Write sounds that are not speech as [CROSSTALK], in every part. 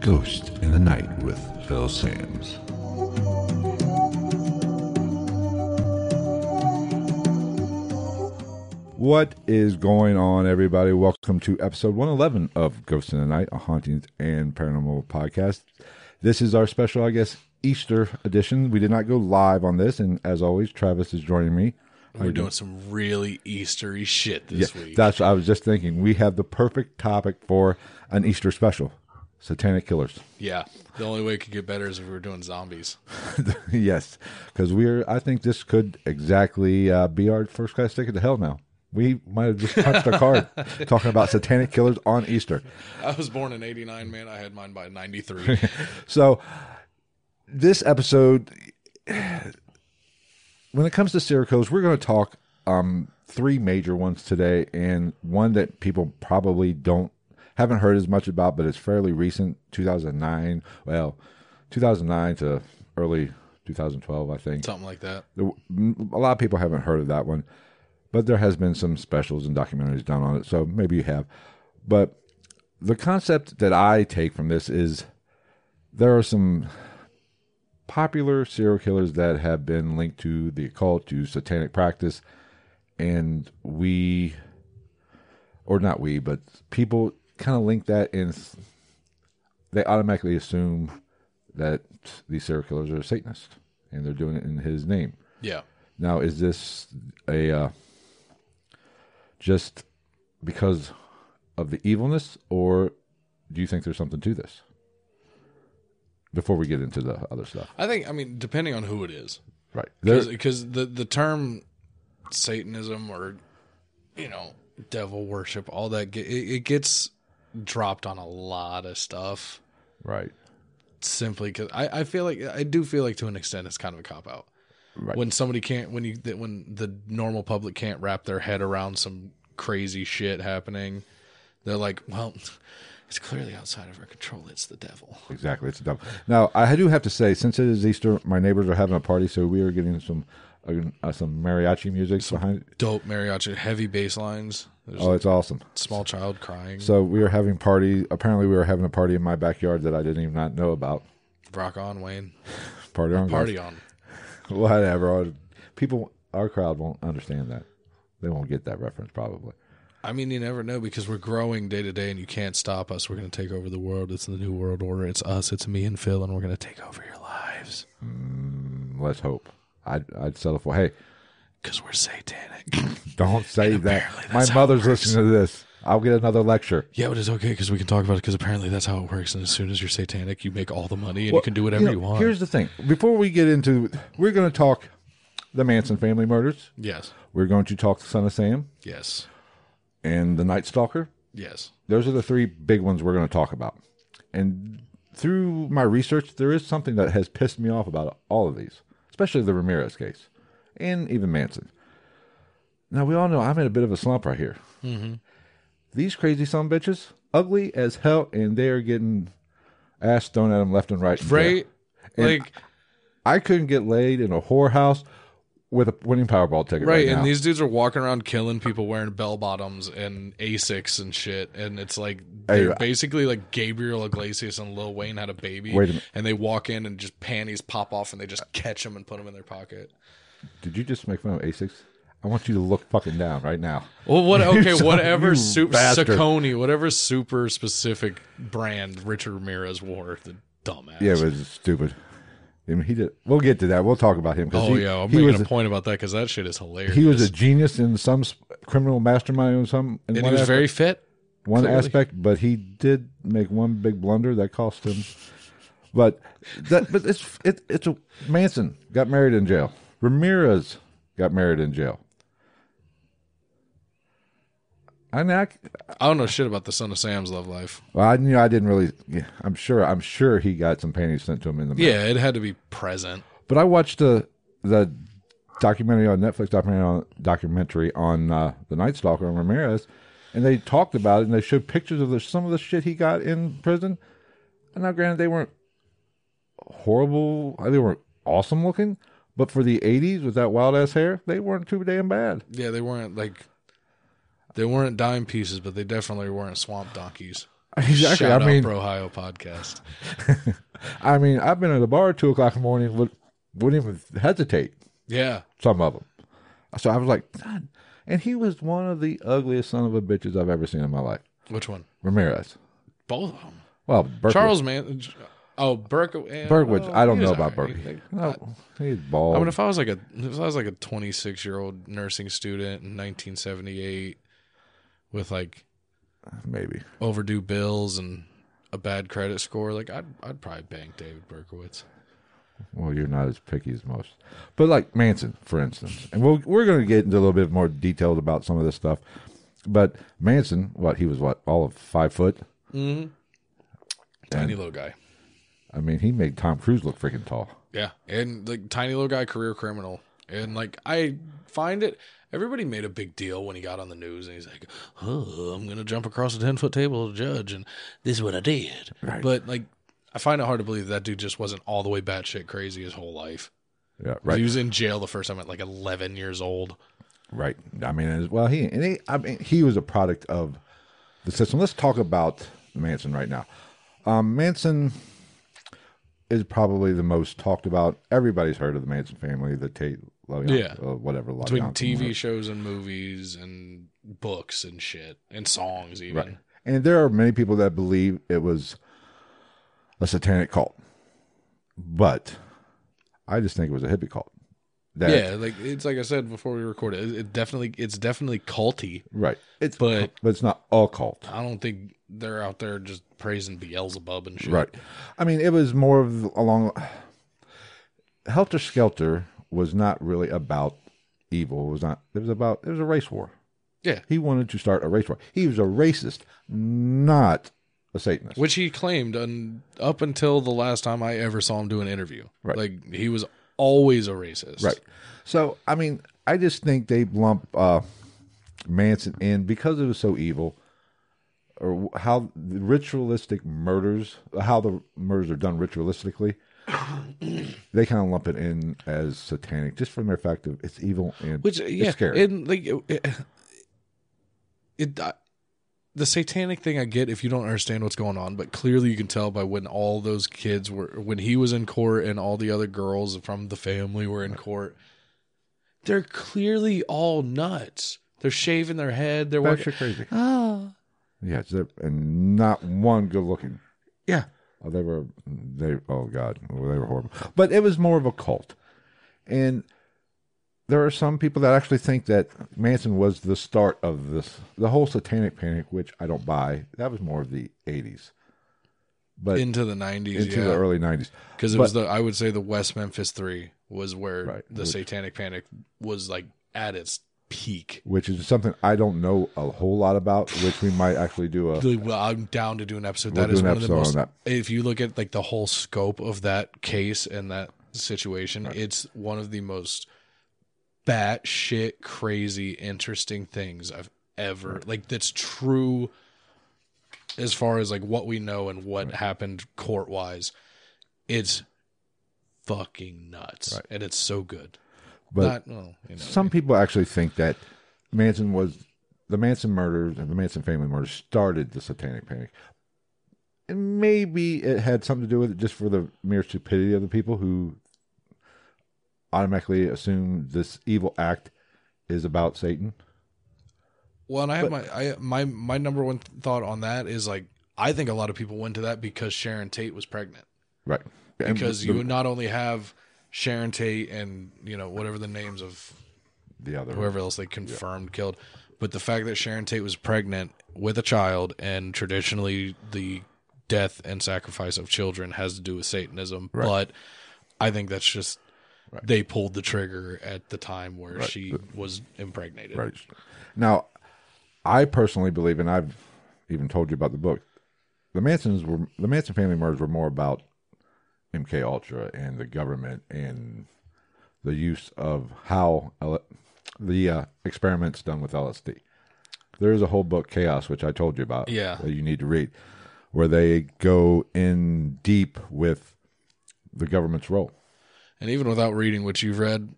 Ghost in the Night with Phil Sams. What is going on, everybody? Welcome to episode 111 of Ghost in the Night, a hauntings and paranormal podcast. This is our special, I guess, Easter edition. We did not go live on this, and as always, Travis is joining me. We're doing some really Eastery shit this week. That's what I was just thinking. We have the perfect topic for an Easter special satanic killers. yeah. The only way it could get better is if we were doing zombies. [LAUGHS] yes, because we're, I think this could exactly uh, be our first class ticket to hell now. We might have just punched a card talking about satanic killers on Easter. I was born in 89, man. I had mine by 93. So, this episode, when it comes to serial killers, we're going to talk um, three major ones today, and one that people probably don't haven't heard as much about, but it's fairly recent, 2009. Well, 2009 to early 2012, I think. Something like that. The- a lot of people haven't heard of that one, but there has been some specials and documentaries done on it, so maybe you have. But the concept that I take from this is there are some popular serial killers that have been linked to the occult, to satanic practice, and we, or not we, but people kind of link that in. They automatically assume that these serial killers are Satanists, and they're doing it in his name. Yeah. Now, is this a uh, just because of the evilness, or do you think there's something to this? Before we get into the other stuff, I think, I mean, depending on who it is. right? There, Because the, the term Satanism or, you know, devil worship, all that, ge- it, it gets dropped on a lot of stuff right, simply because I, I feel like, I do feel like to an extent it's kind of a cop out. right, when somebody can't when you that when the normal public can't wrap their head around some crazy shit happening they're like well it's clearly outside of our control it's the devil exactly. It's dumb. Now, I do have to say, since it is Easter, my neighbors are having a party, so we are getting some uh, some mariachi music behind it. dope mariachi heavy bass lines there's Oh, it's awesome! a small child crying So we were having party. Apparently, we were having a party in my backyard that I didn't even not know about. rock on wayne Party on guys. party on Whatever. I- People, our crowd won't understand that. They won't get that reference probably. i mean you never know because we're growing day to day and you can't stop us we're going to take over the world it's the new world order it's us it's me and phil and we're going to take over your lives Mm, Let's hope. I'd, I'd settle for. Hey, because we're satanic [LAUGHS] don't say that. apparently My that's how it mother's works. listening to this. I'll get another lecture. Yeah, but it's okay because we can talk about it because apparently that's how it works. And as soon as you're satanic, you make all the money and you can do whatever you, know, want. Here's the thing. Before we get into, we're going to talk the Manson family murders. yes, We're going to talk the Son of Sam yes, and the Night Stalker. yes. Those are the three big ones we're going to talk about. And through my research, there is something that has pissed me off about all of these, especially the Ramirez case and even Manson. Now, we all know I'm in a bit of a slump right here. Mm-hmm. These crazy some bitches, ugly as hell, and they are getting ass thrown at them left and right. in jail. Right? And Like, I couldn't get laid in a whorehouse with a winning Powerball ticket. Right, right. now. And these dudes are walking around killing people wearing bell bottoms and Asics and shit. And it's like, they're Hey, uh, I- basically like Gabriel Iglesias and Lil Wayne had a baby. Wait a minute. And they walk in and just panties pop off and they just catch them and put them in their pocket. Did you just make fun of Asics? I want you to look fucking down right now. Well, what? Okay, son- [LAUGHS] you whatever super bastard. Saucony, whatever super specific brand Richard Ramirez wore, the dumbass. Yeah, it was stupid. I mean, he did. We'll get to that. We'll talk about him. 'cause Oh he, yeah, I'm he making was a point about that because that shit is hilarious. he was a genius in some s- criminal mastermind or some in and he one, was as- very fit. one clearly. aspect, but he did make one big blunder that cost him. But that but it's it, it's a Manson got married in jail. Ramirez got married in jail. I mean, I, c- I don't know shit about the son of Sam's love life. well, I knew I didn't really. Yeah, I'm sure. I'm sure he got some panties sent to him in the mail. Yeah, it had to be present. But I watched the the documentary on Netflix documentary on, documentary on uh, the Night Stalker and Ramirez, and they talked about it and they showed pictures of the, some of the shit he got in prison. And now, granted, they weren't horrible. uh, They weren't awesome looking, but for the '80s with that wild ass hair, they weren't too damn bad. [LAUGHS] Yeah, they weren't like they weren't dime pieces, but they definitely weren't swamp donkeys. Exactly. Shout I mean, out Pro Ohio podcast. I mean, I've been at a bar at two o'clock in the morning. Would, wouldn't even hesitate. Yeah. Some of them. So I was like, God. and he was one of the ugliest son of a bitches I've ever seen in my life. Which one? Ramirez. Both of them. Well, Berkowitz. Charles Man. Oh, Burke. eh, Berkowitz. well, I don't he was know about all Berkowitz. right. No, he's I bald. mean, if I was like a if I was like a 26 year old nursing student in 1978 with like Maybe. overdue bills and a bad credit score, like I'd I'd probably bank David Berkowitz. Well, you're not as picky as most. But like Manson, for instance, and we'll, we're going to get into a little bit more detailed about some of this stuff. But Manson, what he was, what all of five foot. Tiny little guy. I mean, he made Tom Cruise look freaking tall. Yeah, and like tiny little guy, career criminal, and like I find it. Everybody made a big deal when he got on the news, and he's like, "Oh, I'm gonna jump across a ten foot table to judge, and this is what I did." Right. But like, I find it hard to believe that dude just wasn't all the way batshit crazy his whole life. Yeah, right. He was in jail the first time at like 11 years old. Right. I mean, as well, he and he, I mean, he was a product of the system. Let's talk about Manson right now. Um, Manson is probably the most talked about. Everybody's heard of the Manson family, the Tate, Leon, Yeah. uh, whatever. Leon, Between TV shows and movies and books and shit and songs, even. right? And there are many people that believe it was a satanic cult, but I just think it was a hippie cult. That, Yeah, like it's like I said before we recorded, it, it definitely it's definitely culty, right. It's but but it's not all cult. I don't think they're out there just praising Beelzebub and shit. Right. I mean, it was more of along. Helter Skelter was not really about evil. It was not. It was about. It was a race war. Yeah. He wanted to start a race war. He was a racist, not a Satanist. Which he claimed un, up until the last time I ever saw him do an interview. Right. Like he was always a racist. Right. So I mean, I just think they lump uh, Manson in because it was so evil, or wh- how the ritualistic murders, how the murders are done ritualistically. they kind of lump it in as satanic, just from their fact of it's evil and Which yeah, scary. and like it, it, it- I- the satanic thing I get if you don't understand what's going on, but clearly you can tell by when all those kids were when he was in court and all the other girls from the family were in court. They're clearly all nuts. They're shaving their head. They're That's [GASPS] working. shit crazy. Ah, Yeah, it's a- and not one good looking. yeah, Oh, they were they oh god, well, they were horrible. But it was more of a cult. And there are some people that actually think that Manson was the start of this the whole satanic panic, which I don't buy. That was more of the 80s. But into the nineties, into yeah, the early 90s. because it but- was the I would say the West Memphis Three was where Right, the which- satanic panic was like at its peak. Which is something I don't know a whole lot about, which we might actually do a Like, well, I'm down to do an episode. We'll That do is an one of the episode on most. that. If you look at like the whole scope of that case and that situation, it's one of the most batshit crazy, interesting things I've ever like. That's true. As far as like what we know and what happened court wise, it's fucking nuts, Right. and it's so good. But- Not, well, you know, Some people actually think that Manson was the Manson murders and the Manson family murders started the satanic panic. And maybe it had something to do with it just for the mere stupidity of the people who automatically assume this evil act is about Satan. Well, and I have my I my my number one th- thought on that is like I think a lot of people went to that because Sharon Tate was pregnant. Right. And Because the, you not only have Sharon Tate and you know whatever the names of the other whoever else they confirmed killed, but the fact that Sharon Tate was pregnant with a child and traditionally the death and sacrifice of children has to do with Satanism, but I think that's just. They pulled the trigger at the time where she was impregnated. Right. Now, I personally believe, and I've even told you about the book. The Mansons were the Manson family murders were more about MK Ultra and the government and the use of how L- the uh, experiments done with LSD. There's a whole book, Chaos, which I told you about. Yeah. that you need to read, where they go in deep with the government's role. and even without reading what you've read,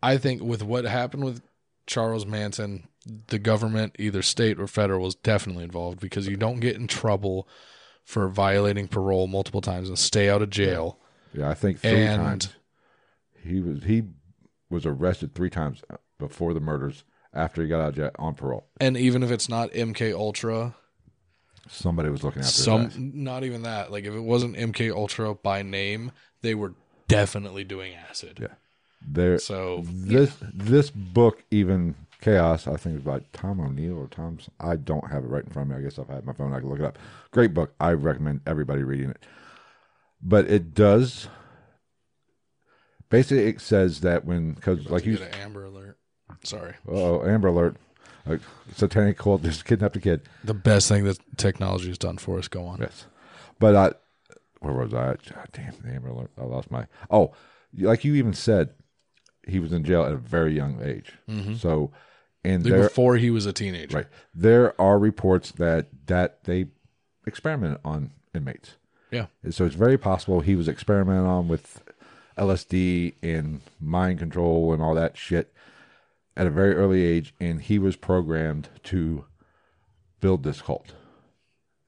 I think with what happened with Charles Manson, the government, either state or federal, was definitely involved because you don't get in trouble for violating parole multiple times and stay out of jail. Yeah, I think three and times he was he was arrested three times before the murders. After he got out of jail on parole, and even if it's not MK Ultra, somebody was looking after his some ass. not even that. Like if it wasn't MK Ultra by name, they were definitely doing acid. Yeah. There, So this this book even chaos i think it's by tom o'neill or tom's i don't have it right in front of me i guess if i had my phone i could look it up great book i recommend everybody reading it but it does basically it says that when because like you you get an Amber Alert. Sorry. oh amber alert uh, satanic cult just kidnapped a kid The best thing that technology has done for us. Go on. Yes. But I, where was I? God damn, the Amber Alert. I lost my. Oh, like you even said, he was in jail at a very young age. So, and Like, there, Before he was a teenager. right, there are reports that that they experimented on inmates. Yeah. And so it's very possible he was experimenting on with LSD and mind control and all that shit at a very early age, and he was programmed to build this cult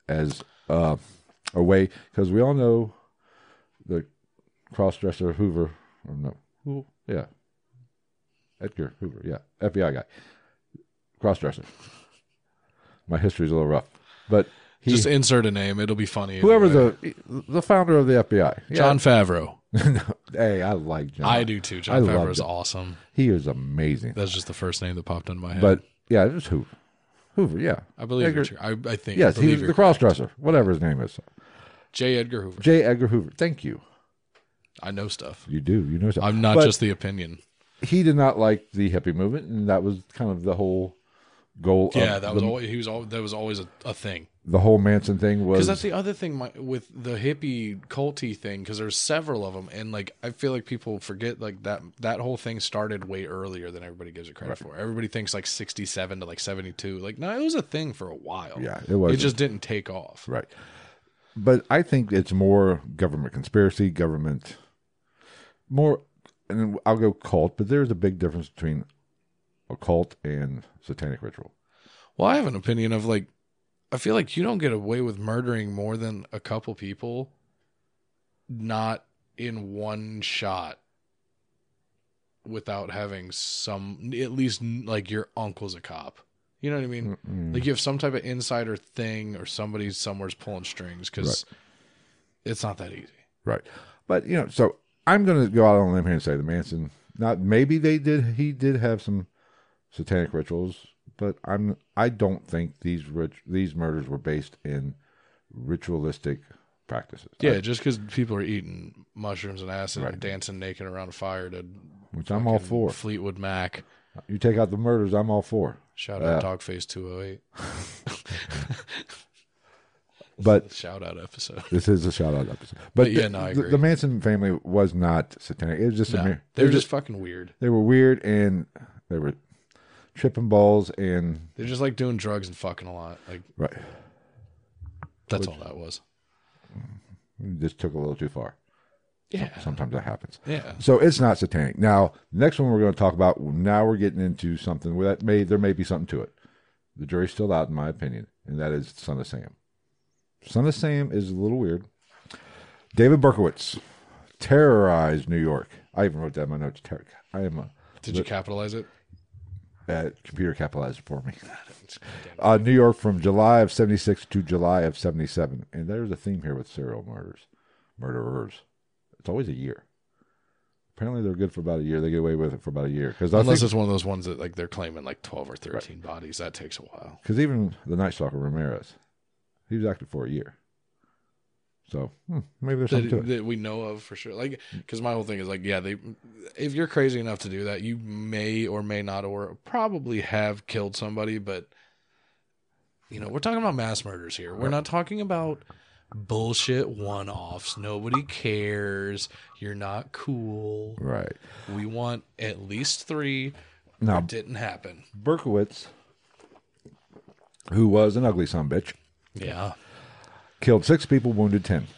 as uh, a way because we all know the cross-dresser Hoover or no, who? yeah, Edgar Hoover, yeah, FBI guy, cross-dresser. My history's a little rough, but he, Just insert a name. It'll be funny. whoever anyway. the the founder of the FBI, yeah, [LAUGHS] John Favreau. Hey, I like John. I do too. John I love Favreau is John. awesome. He is amazing. That's just the first name that popped into my head. But yeah, it was Hoover. Hoover, yeah. I believe Edgar- you're, tr- I, I think. Yes, I he believe was the you're- crossdresser, whatever his name is. J. Edgar Hoover. J. Edgar Hoover. Thank you. I know stuff. You do. You know something. I'm not But just the opinion. He did not like the hippie movement, and that was kind of the whole goal. Yeah, of that was the, always he was. All, that was always a, a thing. the whole Manson thing. Was Because that's the other thing my, with the hippie culty thing. Because there's several of them, and like I feel like people forget like that that whole thing started way earlier than everybody gives it credit for. Everybody thinks like 67 to like 72. Like no, it was a thing for a while. Yeah, it was. It just didn't take off. right. But I think it's more government conspiracy, government, more, and I'll go cult. But there's a big difference between a cult and satanic ritual. Well, I have an opinion of like, I feel like you don't get away with murdering more than a couple people, not in one shot, without having some, at least like your uncle's a cop. You know what I mean? Mm-mm. Like you have some type of insider thing or somebody somewhere's pulling strings because it's not that easy. Right. But you know, so I'm going to go out on a limb here and say the Manson. Not maybe they did. He did have some satanic rituals, but I'm I don't think these rich these murders were based in ritualistic practices. Yeah, just because people are eating mushrooms and acid Right. and dancing naked around a fire to which I'm all fucking for. Fleetwood Mac. You take out the murders, I'm all for. Shout out Dogface 208. But Shout out episode. this is a shout out episode. But, But yeah, no, I the, agree. the Manson family was not satanic. It was just a No, mere, they were just fucking weird. they were weird and they were tripping balls and They're just like doing drugs and fucking a lot. Like right. that's all that was. This took a little too far. Yeah. Sometimes that happens. Yeah. So it's not satanic. Now, the next one we're going to talk about. Now we're getting into something where that may there may be something to it. The jury's still out, in my opinion, and that is Son of Sam. Son of Sam is a little weird. David Berkowitz terrorized New York. I even wrote that in my notes. Terror. I am a Did you capitalize it? uh, computer capitalized it for me. [LAUGHS] Uh, New York from July of '76 to July of '77, and there's a theme here with serial murders, murderers. It's always a year. Apparently, they're good for about a year. They get away with it for about a year because I Unless think it's one of those ones that like they're claiming like twelve or thirteen bodies. That takes a while. because even the Night Stalker Ramirez, he was active for a year. So hmm, maybe there's something to That, it. that we know of for sure. Like, because my whole thing is like, yeah, they. If you're crazy enough to do that, you may or may not, or probably have killed somebody. But you know, we're talking about mass murders here. We're not talking about bullshit one-offs. Nobody cares. You're not cool. Right We want at least three. now, It didn't happen. Berkowitz, who was an ugly son bitch, Yeah. killed six people, wounded ten.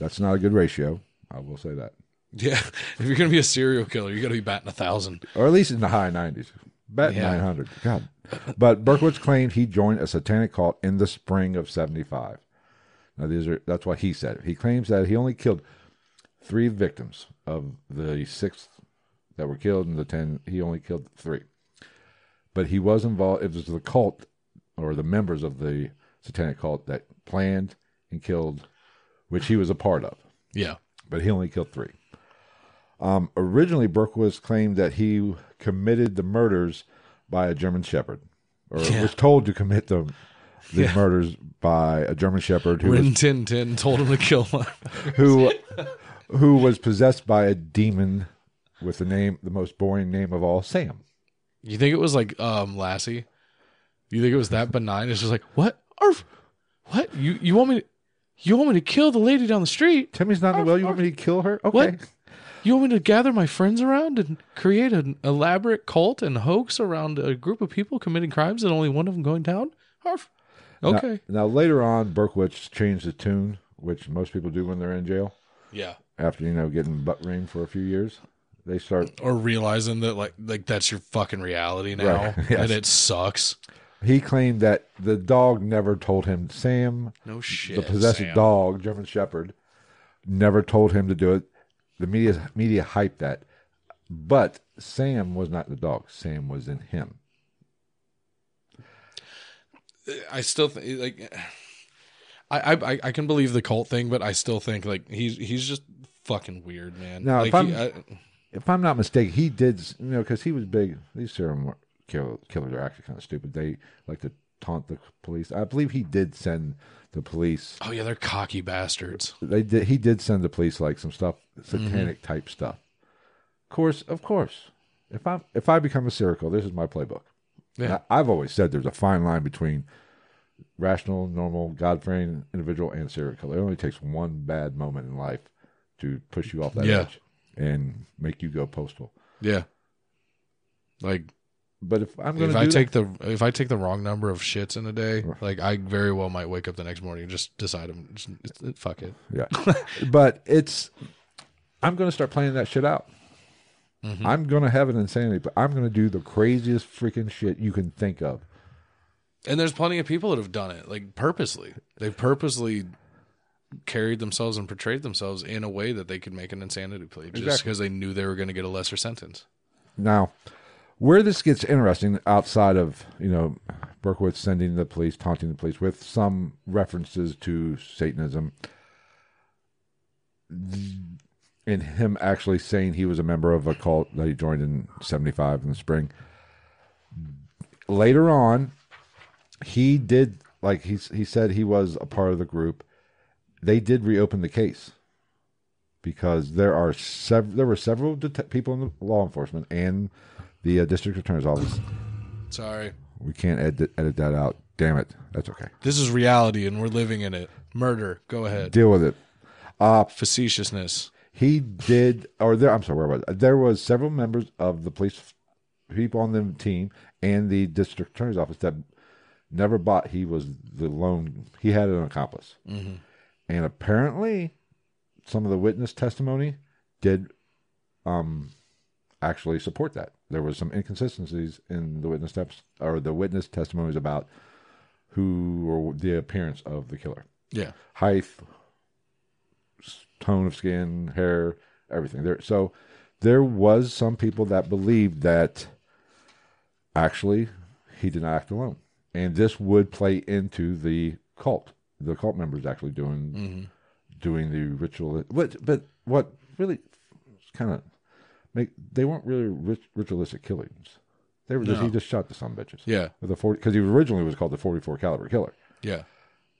That's not a good ratio. I will say that. Yeah, [LAUGHS] if you're gonna be a serial killer, you got to be batting a thousand. or at least in the high 90s. Bet Yeah. 900. God. But Berkowitz claimed he joined a satanic cult in the spring of 75. Now, these are that's what he said. He claims that he only killed three victims of the six that were killed, and the 10, he only killed three. But he was involved, it was the cult or the members of the satanic cult that planned and killed, which he was a part of Yeah, but he only killed three. Um, originally, Berkowitz claimed that he committed the murders by a German Shepherd, or Yeah. was told to commit the, the Yeah. murders by a German Shepherd who when was, Tin Tin told him to kill him. who who was possessed by a demon with the name the most boring name of all, Sam. You think it was like um Lassie? You think it was that benign? It's just like what? Arf! What you you want me? To, you want me to kill the lady down the street? Timmy's not in the well. You want me to kill her? Okay. Oh, What? You want me to gather my friends around and create an elaborate cult and hoax around a group of people committing crimes and only one of them going down? Arf. Now- Okay. Now, later on, Berkowitz changed the tune, which most people do when they're in jail Yeah. after you know getting butt reamed for a few years. They start Or realizing that like like that's your fucking reality now Right. [LAUGHS] Yes. and it sucks. He claimed that the dog never told him. Sam, No shit. the possessive Sam. dog, German Shepherd, never told him to do it. The media media hyped that, but Sam was not the dog. Sam was in him. I still think like I, I I- I can believe the cult thing, but I still think like he's he's just fucking weird, man. Now, like, if he, I, I'm- If I'm not mistaken, he did. s- You know, because he was big. These serial kill, killers are actually kind of stupid. They like to taunt the police. I believe he did send the police. oh yeah, they're cocky bastards. They did. He did send the police like some stuff, satanic Mm-hmm. type stuff. Of course, of course. If I if I become a serial killer, this is my playbook. Yeah, I- I've always said there's a fine line between rational, normal, God-fearing individual and serial killer. It only takes one bad moment in life to push you off that Yeah. edge and make you go postal. yeah. Like But if I'm going if to I do take the if I take the wrong number of shits in a day, like I very well might wake up the next morning and just decide I'm just, it's- fuck it. that, yeah. but it's I'm going to start playing that shit out. I'm going to have an insanity, but I'm going to do the craziest freaking shit you can think of. And there's plenty of people that have done it like purposely. They've purposely carried themselves and portrayed themselves in a way that they could make an insanity plea just because Exactly. they knew they were going to get a lesser sentence. Now, where this gets interesting outside of, you know, Berkowitz sending the police, taunting the police with some references to Satanism, and him actually saying he was a member of a cult that he joined in 75 in the spring. Later on, he did, like, he, he said he was a part of the group. They did reopen the case because there are sev- there were several det- people in the law enforcement and the uh, district attorney's office. Sorry. We can't edit edit that out. Damn it, that's okay. This is reality and we're living in it. Murder. Go ahead. Deal with it. Uh, Facetiousness. He did, or there. I'm sorry, where was I? There was several members of the police people on the team and the district attorney's office that never bought. He was the lone. He had an accomplice, and apparently, some of the witness testimony did, um, actually support that. There was some inconsistencies in the witness steps or the witness testimonies about who or the appearance of the killer Yeah. height, s- tone of skin, hair, everything. There, so there was some people that believed that actually he did not act alone, and this would play into the cult. The cult members actually doing doing the ritual. What, but what really kind of make they weren't really rit- ritualistic killings. They were just he just shot the some bitches. Yeah. With a forty because he originally was called the forty four caliber killer Yeah.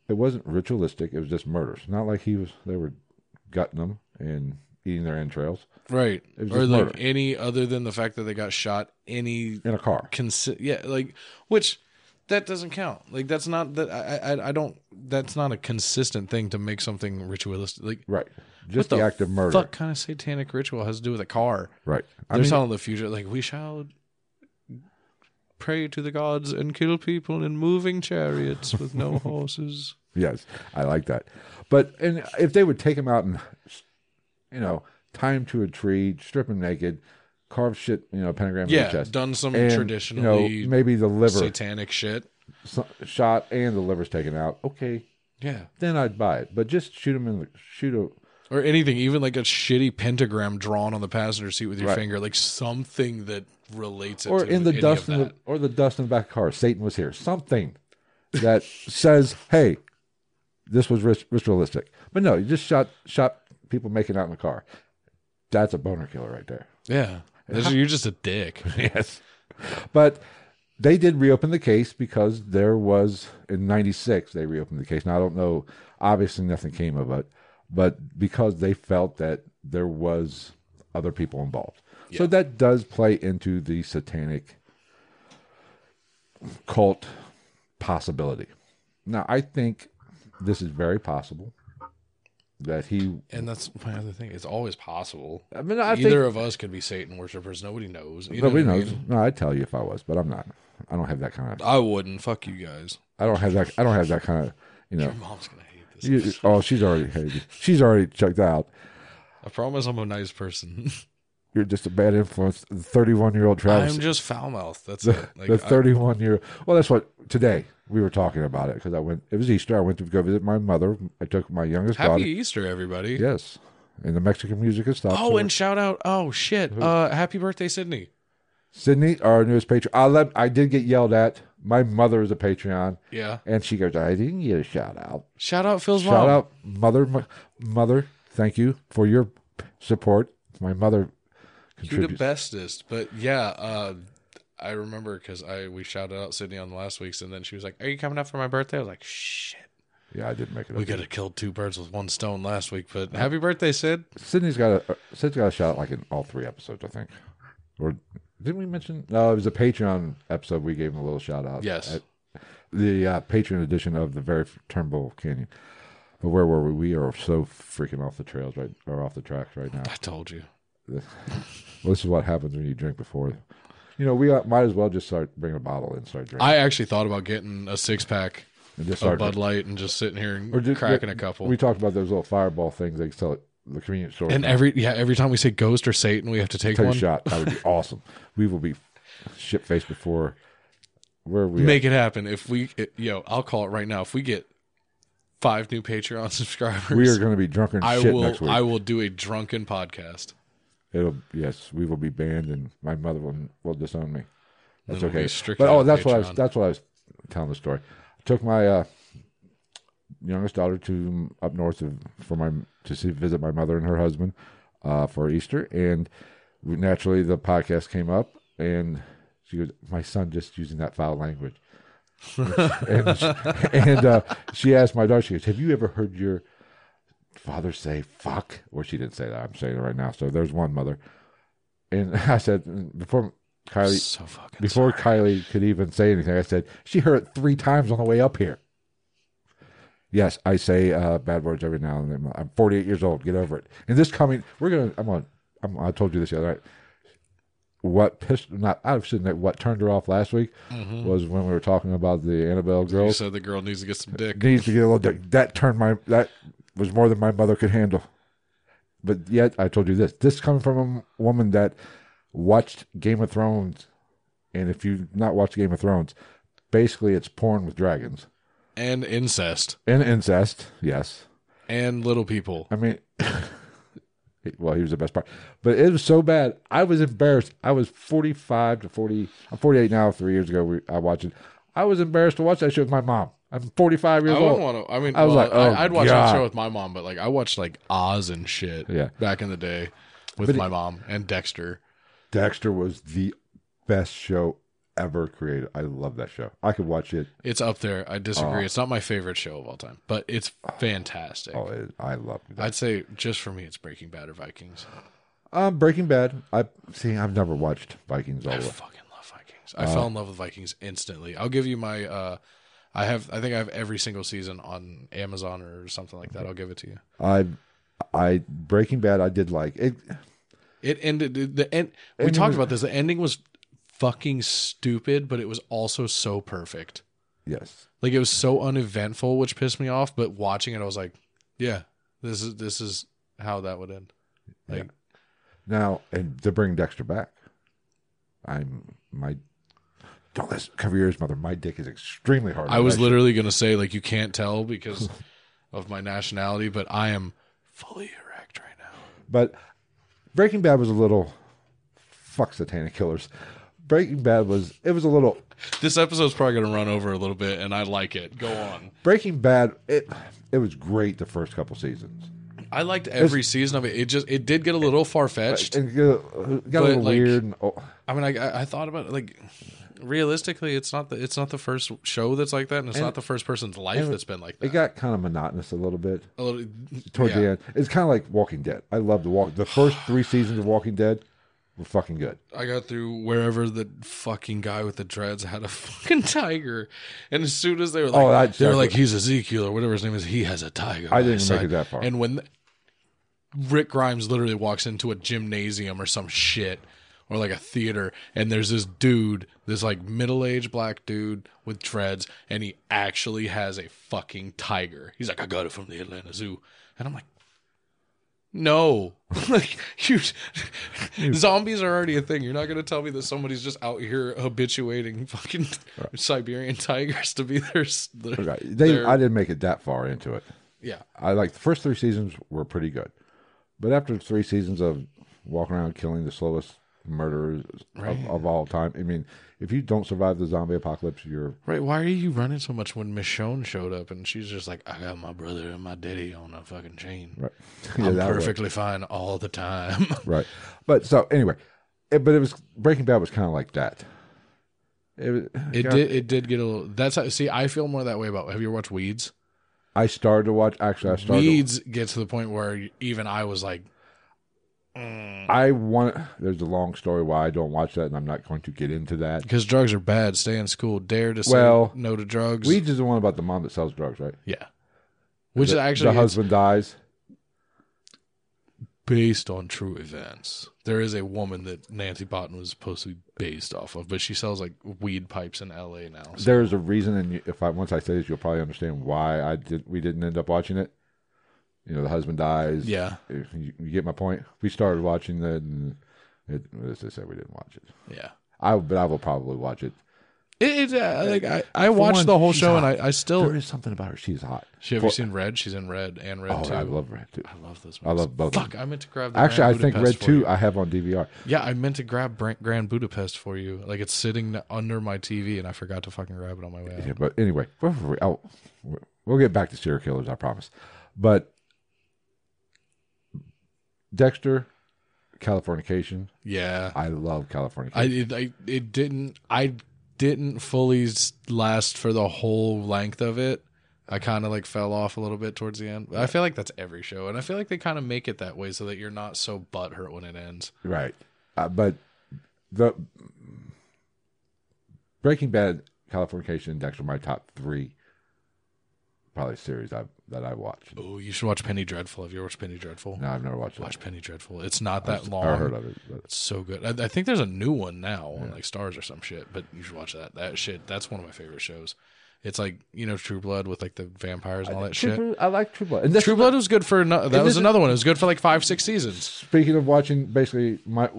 it wasn't ritualistic. It was just murders. Not like he was. They were gutting them and eating their entrails Right. was Or just like murder. any other than the fact that they got shot, any in a car. consi- yeah, like which that doesn't count. Like that's not that I, I I don't that's not a consistent thing to make something ritualistic. Like Right. Just what the, act of murder. Fuck kind of satanic ritual has to do with a car. Right. I They're mean, selling the future. Like we shall pray to the gods and kill people in moving chariots [LAUGHS] with no horses. yes, I like that. But and if they would take him out and you know tie him to a tree, strip him naked, carve shit, you know, pentagram in yeah, the chest. done some And, traditionally you know, maybe the liver satanic shit. so- shot and the liver's taken out. Okay, Yeah, then I'd buy it. But just shoot him in the shoot a or anything, even like a shitty pentagram drawn on the passenger seat with your Right. finger, like something that relates it or to in the any dust of in the, that. or the dust in the back of the car. Satan was here. Something that [LAUGHS] says, "Hey, this was ris- ritualistic." But no, you just shot shot people making out in the car. That's a boner killer right there. yeah. This- You're just a dick. [LAUGHS] yes, but they did reopen the case because there was in '96 they reopened the case. Now I don't know. Obviously, nothing came of it, but because they felt that there was other people involved, so that does play into the satanic cult possibility. Now I think this is very possible that he. And that's my other thing. It's always possible. I mean, I think Either of us could be Satan worshippers. Nobody knows. You know nobody what I knows. mean? No, I'd tell you if I was, but I'm not. I don't have that kind of. I wouldn't. Fuck you guys. I don't have that. I don't have that kind of. You know. Your mom's gonna hate this. You, oh, she's already hated. you. She's already checked out. I promise I'm a nice person. You're just a bad influence. The 31 year old Travis. [LAUGHS] I'm just foul mouthed. That's it. Like, the I- 31 year. Well, that's what today we were talking about it because I went. It was Easter. I went to go visit my mother. I took my youngest happy daughter. Easter, everybody. Yes, and the Mexican music and stuff. Oh, So and shout out. Oh shit. Uh, happy birthday, Sydney. Sydney, our newest patron. I let. I did get yelled at. My mother is a Patreon, Yeah. and she goes, "I didn't get a shout out." Shout out Phil's Shout mom. out, mother, mo- mother. Thank you for your p- support. My mother You're the contributes. bestest. But yeah, uh, I remember because I we shouted out Sydney on last week's, and then she was like, "Are you coming up for my birthday?" I was like, "Shit." Yeah, I didn't make it. We Up. could have killed two birds with one stone last week, but happy birthday, Sid. Sydney's got a uh, Sydney's got a shout out like in all three episodes, I think. Or didn't we mention? No, it was a Patreon episode. We gave him a little shout out. Yes. At the uh, Patreon edition of the very f- Turnbull Canyon. But where were we? We are so freaking off the trails right, or off the tracks right now. I told you. Well, this is what happens when you drink before. You know, we uh, might as well just start bring a bottle and start drinking. I actually thought about getting a six pack and just of start Bud Light and just sitting here and Or just- cracking a couple. We talked about those little fireball things they sell at the convenience store. and every yeah, every time we say ghost or Satan, we have to take take a one. shot. That [LAUGHS] would be awesome. We will be shit faced before where are we at? Make it happen. If we, it, yo, I'll call it right now. If we get five new Patreon [LAUGHS] subscribers, we are going to be drunker than I shit will. next week. I will do a drunken podcast. It'll yes, we will be banned, and my mother will will disown me. That's Then we'll okay. be strictly But oh, on that's what I was, Patreon. that's what I was telling the story. I took my uh, youngest daughter to um, up north of, for my to see visit my mother and her husband uh, for Easter, and we, naturally the podcast came up, and she goes, "My son just using that foul language," [LAUGHS] and she, and uh, she asked my daughter, she goes, "Have you ever heard your?" father say fuck? Well, she didn't say that. I'm saying it right now. So there's one mother. And [LAUGHS] I said, before Kylie, So fucking. before Kylie could even say anything, I said, she heard it three times on the way up here. Yes, I say uh, bad words every now and then. I'm 48 years old. Get over it. And this coming, we're gonna. I'm on. I'm, I told you this the other night. What pissed? Not I shouldn't. say What turned her off last week Mm. was when we were talking about the Annabelle Mm-hmm. you girls said the girl needs to get some dick. needs to get a little dick. That turned my that was more than my mother could handle. But yet I told you this. This coming from a woman that watched Game of Thrones, and if you've not watched Game of Thrones, basically it's porn with dragons and incest and incest. Yes, and little people. I mean, [LAUGHS] well, he was the best part. But it was so bad. I was embarrassed. I was 45 to 40. I'm 48 now. Three years ago, we, I watched it. I was embarrassed to watch that shit with my mom. I'm 45 years I old. wouldn't want to. I mean, I was well, like, oh, I, I'd watch God. that show with my mom, but like I watched like Oz and shit Yeah. back in the day with my mom and Dexter. Dexter was the best show ever created. I love that show. I could watch it. It's up there. I disagree. it's not my favorite show of all time, but it's fantastic. Oh, it, I love that. I'd say just for me, it's Breaking Bad or Vikings. um, Breaking Bad. I see. I've never watched Vikings all I the way. fucking love Vikings. I fell in love with Vikings instantly. I'll give you my. uh I have. I think I have every single season on Amazon or something like that. I'll give it to you. I, I Breaking Bad. I did like it. It ended the end. We Ending talked was- about this. The ending was fucking stupid, but it was also so perfect. Yes. Like it was so uneventful, which pissed me off. But watching it, I was like, yeah, this is this is how that would end. Like Now, and to bring Dexter back, I'm my don't let's cover your ears, mother. My dick is extremely hard. I was Actually, literally going to say, like, you can't tell [LAUGHS] because of my nationality, but I am fully erect right now. but Breaking Bad was a little fuck satanic killers. Breaking Bad was it was a little This episode's probably going to run over a little bit, and I like it. Go on. Breaking Bad. It it was great the first couple seasons. I liked every season of it. It just it did get a little far fetched. And got, got a But, little like- weird. And, oh, I mean, I- I I thought about it, like realistically, it's not the it's not the first show that's like that, and it's not the first person's life that's been like it that. got kind of monotonous a little bit. A little, towards yeah. the end. It's kind of like Walking Dead. I love the walk. The first three seasons of Walking Dead were fucking good. I got through wherever the fucking guy with the dreads had a [LAUGHS] fucking tiger, and as soon as they were like, Oh, that- they were like, he's Ezekiel or whatever his name is, he has a tiger. I on didn't his make side." it that far. And when Rick Grimes literally walks into a gymnasium or some shit, or like a theater, and there's this dude, this like middle aged black dude with dreads, and he actually has a fucking tiger. He's like, I got it from the Atlanta Zoo, and I'm like. No, [LAUGHS] like you, [LAUGHS] zombies are already a thing. You're not gonna tell me that somebody's just out here habituating fucking Siberian tigers to be their. s- their- Right. They, their- I didn't make it that far into it. yeah, I like the first three seasons were pretty good, but after three seasons of walking around killing the slowest murderers of, of all time, I mean, if you don't survive the zombie apocalypse, you're right. Why are you running so much when Michonne showed up and she's just like, "I got my brother and my daddy on a fucking chain. right. [LAUGHS] I'm that way. perfectly fine all the time." [LAUGHS] Right. But so anyway, it, but it was Breaking Bad was kind of like that. It, was- it God, did. It did get a little. That's how. See, I feel more that way about. Have you ever watched Weeds? I started to watch. Actually, I started. to- Weeds gets to the point where even I was like, mm, I want. There's a long story why I don't watch that, and I'm not going to get into that. Because drugs are bad. Stay in school. Dare to say Well, no to drugs. Weeds is the one about the mom that sells drugs, right? yeah. Which the, is actually the it's husband dies. based on true events. There is a woman that Nancy Botton was supposed to be based off of, but she sells like weed pipes in L.A. now. So There's a reason, and you- if I once I say this, you'll probably understand why I did. We didn't end up watching it. You know, the husband dies. yeah, If you, you get my point. We started watching that, and it, as I said, we didn't watch it. yeah. I but I will probably watch it. It, it, uh, like I, I For watched one, the whole she's show and hot. I, I There still. is something about her. She's hot. She, have you seen Red? She's in Red and Red Oh, Two. I love Red Two. I love those. I Movies. love both of Fuck, I meant to grab. The Actually, I Grand think Red Budapest for Two you. I have on DVR. Yeah, I meant to grab Bran- Grand Budapest for you. Like it's sitting under my TV, and I forgot to fucking grab it on my way out. Yeah, but anyway, where were we? Oh, we'll get back to serial killers, I promise. But Dexter, Californication. yeah. I love Californication. I it, I it didn't I didn't fully s- last for the whole length of it. I kind of like fell off a little bit towards the end. But I feel like that's every show, and I feel like they kind of make it that way so that you're not so butthurt when it ends. right, uh, but the Breaking Bad, Californication, and Dexter, are my top three probably series I've, that I watched. Oh, you should watch Penny Dreadful. Have you ever watched Penny Dreadful? No, I've never watched that. Watch Penny Dreadful. It's not that long. I heard of it. But It's so good. I, I think there's a new one now on like Stars or some shit, but you should watch that. That shit. That's one of my favorite shows. It's like you know True Blood with like the vampires and all that True shit. Blood- I like True Blood. And [LAUGHS] that's True Blood was good for ano- that And was this- another one. It was good for like five six seasons. speaking of watching basically my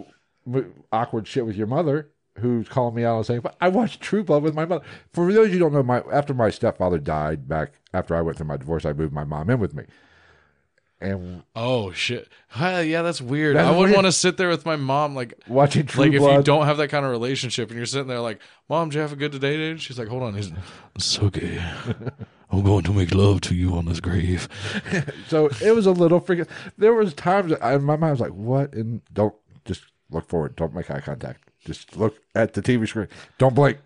w- awkward shit with your mother who's calling me out and saying but i watched true blood with my mother for those you don't know my after my stepfather died back after i went through my divorce i moved my mom in with me and Oh shit! Huh, yeah, that's weird. That's I wouldn't weird. want to sit there with my mom like watching true like if blood you don't have that kind of relationship and you're sitting there like, "Mom, did you have a good day, dude?" She's like, "Hold on, he's I'm so gay. [LAUGHS] I'm going to make love to you on this grave." so it was a little freaking there was times that I, my mind was like what and don't just look forward don't make eye contact just look at the tv screen don't blink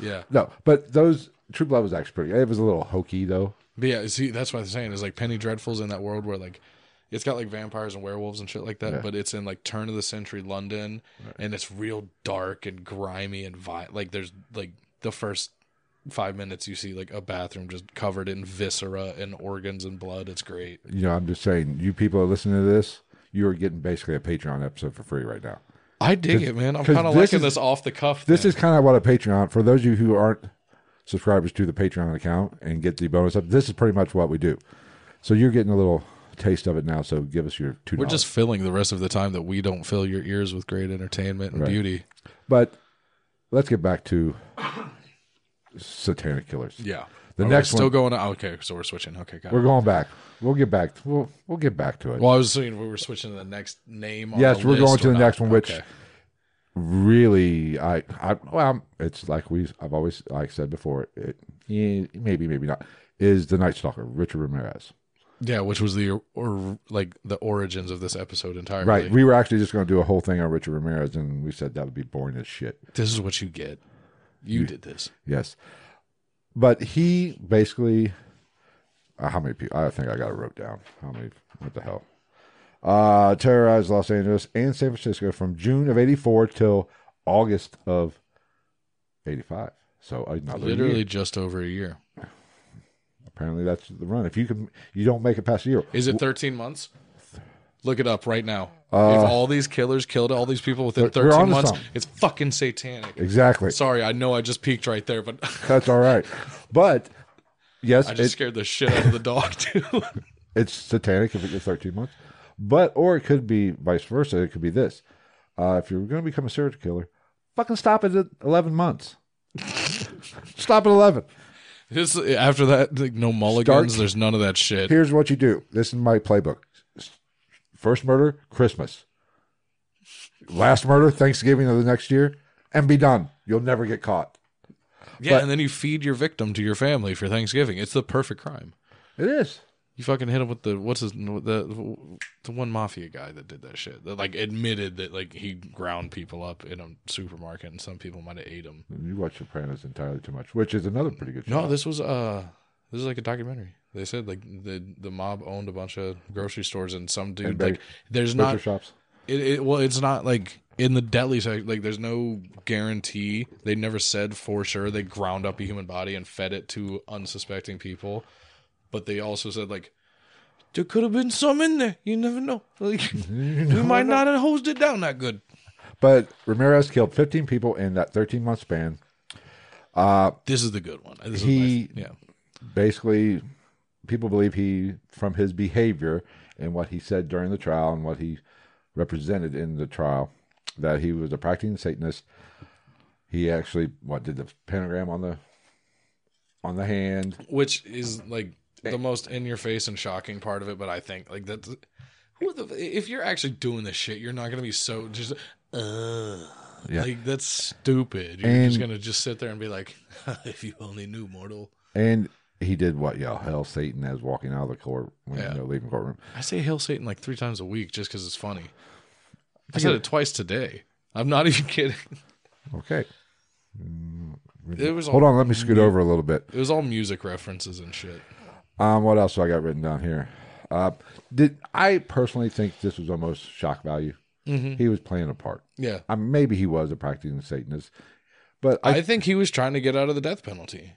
Yeah, no but those true blood was actually pretty it was a little hokey though but yeah, see, that's what I'm saying is like Penny Dreadful's in that world where like. It's got like vampires and werewolves and shit like that, but it's in like turn of the century London, and it's real dark and grimy and vi- like there's like the first five minutes you see like a bathroom just covered in viscera and organs and blood. It's great. you know, I'm just saying, you people are listening to this, you are getting basically a Patreon episode for free right now. I dig it, man. I'm 'cause kind of this liking is- this off the cuff. This is kind of what a Patreon, for those of you who aren't subscribers to the Patreon account and get the bonus up, this is pretty much what we do. So you're getting a little taste of it now, so give us your two. We're just filling the rest of the time that we don't fill your ears with great entertainment and Right. beauty. But let's get back to satanic killers. Yeah. The Are we next still one- going. oh, okay, so we're switching. Okay, got it. We're going back. We'll get back. We'll we'll get back to it. Well, I was saying we were switching to the next name. On Yes, the we're list going to or the not. next one, which- Okay. really, I I well, it's like we I've always like I said before. It, eh, maybe maybe not is the Night Stalker Richard Ramirez. yeah, which was the or like the origins of this episode entirely. Right. We were actually just going to do a whole thing on Richard Ramirez, and we said that would be boring as shit. This is what you get. You did this. Yes. But he basically, uh, how many people? I think I got it wrote down. How many? What the hell? Uh, terrorized Los Angeles and San Francisco from June of 84 till August of 85. So another Literally year. just over a year. Apparently that's the run. If you can, you don't make it past a year. Is it 13 months? Look it up right now. if all these killers killed all these people within Uh, we're 13 onto months, something. it's fucking satanic. Exactly. Sorry, I know I just peaked right there, but [LAUGHS] That's all right. But yes, I it, just scared the shit out of the dog [LAUGHS] too. it's satanic if it gets 13 months. But, or it could be vice versa. It could be this. Uh, if you're going to become a serial killer, fucking stop it at 11 months. [LAUGHS] stop at 11. This- after that, like, no mulligans. Start- There's none of that shit. Here's what you do. This is my playbook. First murder, Christmas. Last murder, Thanksgiving of the next year, and be done. You'll never get caught. yeah, and then you feed your victim to your family for Thanksgiving. It's the perfect crime. It is. You fucking hit him with the what's his the the one mafia guy that did that shit that like admitted that like he ground people up in a supermarket and some people might have ate him. You watch Sopranos entirely too much, which is another pretty good show. No, this was uh this is like a documentary. They said like the the mob owned a bunch of grocery stores and some dude bake- like there's Butcher not shops. it, it well it's not like in the deadly side like there's no guarantee. They never said for sure they ground up a human body and fed it to unsuspecting people, but they also said like there could have been some in there. You never know. [LAUGHS] Like we might not have hosed it down that good. But Ramirez killed 15 people in that 13 month span. This is the good one. This He- is my, yeah. basically people believe he from his behavior and what he said during the trial and what he represented in the trial that he was a practicing satanist he actually what did the pentagram on the on the hand which is like the most in your face and shocking part of it. But I think like that's what the, if you're actually doing this shit, you're not gonna be so just uh, Yeah. like that's stupid. You're And- just gonna just sit there and be like, [LAUGHS] if you only knew, mortal. and he did what y'all hell satan as walking out of the court when Yeah. you know, leaving the courtroom I say hail Satan like three times a week just because it's funny. I said it twice today. I'm not even [LAUGHS] kidding. okay It was all, hold on let me scoot over a little bit It was all music references and shit. um what else do i got written down here uh did i personally think this was almost shock value he was playing a part Mm-hmm. Yeah, I mean, maybe he was a practicing Satanist, but I, I think he was trying to get out of the death penalty.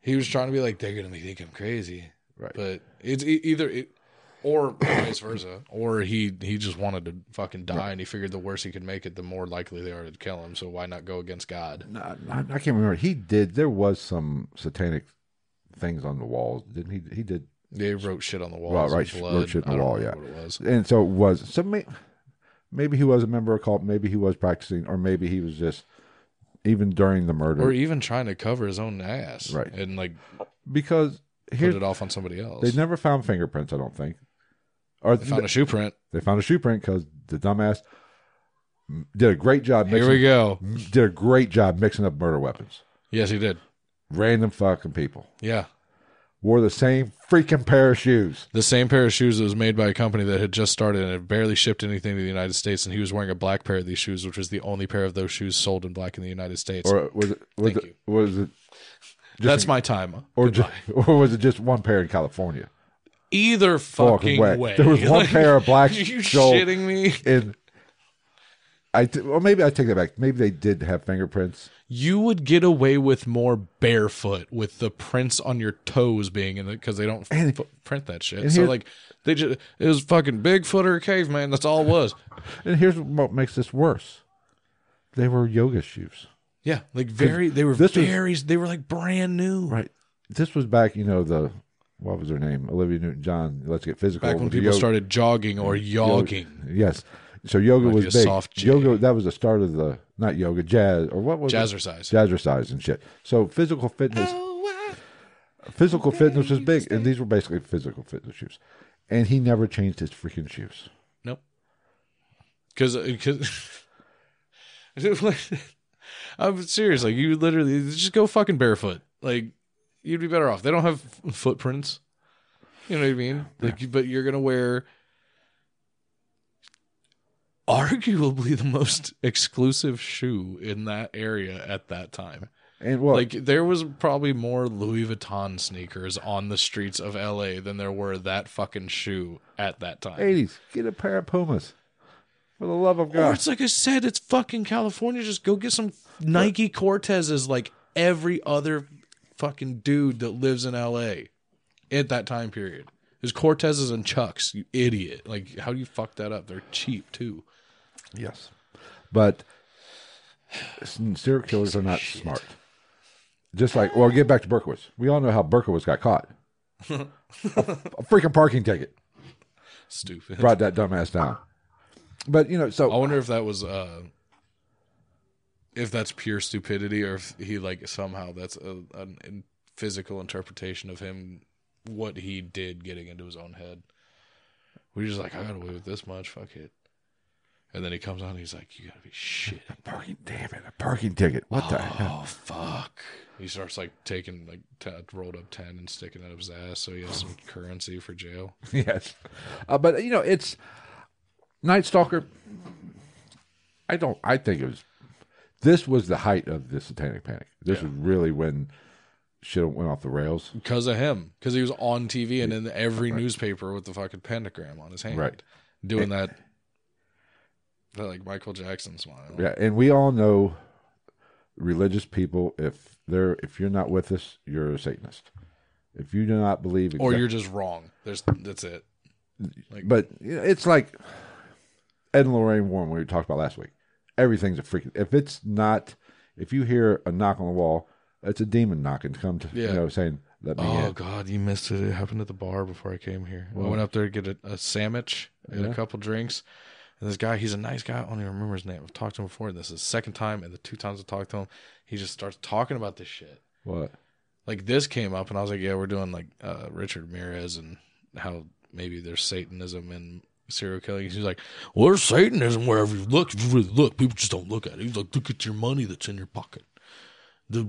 He was trying to be like, they're gonna think I'm crazy. right. but it's e- either it or vice versa or he he just wanted to fucking die and he figured the worse he could make it the more likely they are to kill him so why not go against god No, I, I can't remember. He did. There was some satanic things on the walls, didn't he? He did, they wrote shit on the wall Right, right, wrote shit on the wall, what it was and so it was. So may, maybe he was a member of a cult. Maybe he was practicing, or maybe he was just even during the murder. or even trying to cover his own ass Right. and like because put here it off on somebody else they never found fingerprints. I don't think. Or They found a shoe print they found a shoe print because the dumbass did a great job. here we go Did a great job mixing up murder weapons. yes he did Random fucking people. yeah wore the same freaking pair of shoes. the same pair of shoes that was made by a company that had just started and had barely shipped anything to the United States, and he was wearing a black pair of these shoes, which was the only pair of those shoes sold in black in the United States. Or was it was Thank it, was it That's my time. or just, [LAUGHS] or was it just one pair in California? Either fucking way. way. There was [LAUGHS] one pair of black [LAUGHS] Are you sold- shitting me? And I t- well maybe I take that back. Maybe they did have fingerprints. You would get away with more barefoot with the prints on your toes being in it because they don't f- And- f- print that shit. and So here- like they just it was fucking Bigfoot or a caveman. That's all it was. And here's what makes this worse: they were yoga shoes. Yeah, like very they were This was- very they were like brand new. Right. This was back, you know, the what was her name? Olivia Newton John. Let's get physical. Back when with the people yoga- Mm-hmm. started jogging or yogging. Yes. So yoga Might was be a big. soft J. yoga that was the start of the not yoga jazz or what was it? Jazzercise. jazzercise and shit. So physical fitness, physical fitness was big, and these were basically physical fitness shoes. And he never changed his freaking shoes. Nope. Because [LAUGHS] I'm serious. Like you literally just go fucking barefoot. Like you'd be better off. They don't have f- footprints. You know what I mean? Like, you- but you're gonna wear arguably the most [LAUGHS] exclusive shoe in that area at that time. And well, Like there was probably more Louis Vuitton sneakers on the streets of LA than there were that fucking shoe at that time. eighties, get a pair of Pumas. For the love of Or God, it's like I said, it's fucking California. Just go get some Nike Cortezes like every other fucking dude that lives in LA at that time period. There's Cortezes and Chucks, you idiot. Like, how do you fuck that up? They're cheap too. yes. But s- serial killers are not smart. Just like, well, get back to Berkowitz. We all know how Berkowitz got caught. a freaking parking ticket. Stupid. brought that dumbass down. But you know, so I wonder if that was uh if that's pure stupidity or if he like somehow that's a, an in physical interpretation of him what he did getting into his own head. We're just like, I got away with this much, fuck it. And then he comes on and he's like, You gotta be shit. parking, damn it, a parking ticket. What the [LAUGHS] hell? Oh fuck. He starts like taking like t- rolled up ten and sticking it up his ass so he has some currency for jail. yes, uh, but you know, it's Night Stalker. I don't. I think it was. This was the height of the Satanic Panic. This was really when shit went off the rails. because of him because he was on tv and in every newspaper with the fucking pentagram on his hand Right. doing that that like michael jackson smile Yeah, and we all know religious people. If they're if you're not with us, you're a Satanist. If you do not believe, or exactly- you're just wrong there's that's it But you know, it's like Ed and Lorraine Warren we talked about last week. Everything's a freaking. If it's not, if you hear a knock on the wall, it's a demon knocking. Come to Yeah. you know saying let me oh in. god you missed it it happened at the bar before i came here i went up there to get a, a sandwich and a couple drinks and this guy he's a nice guy i don't even remember his name i've talked to him before and this is the second time and the two times i talked to him he just starts talking about this shit What? like this came up and I was like, yeah, we're doing like uh, Richard Mirez and how maybe there's Satanism and serial killing. He's like, well, there's Satanism wherever you look. If you really look, people just don't look at it. He's like, look at your money that's in your pocket. The,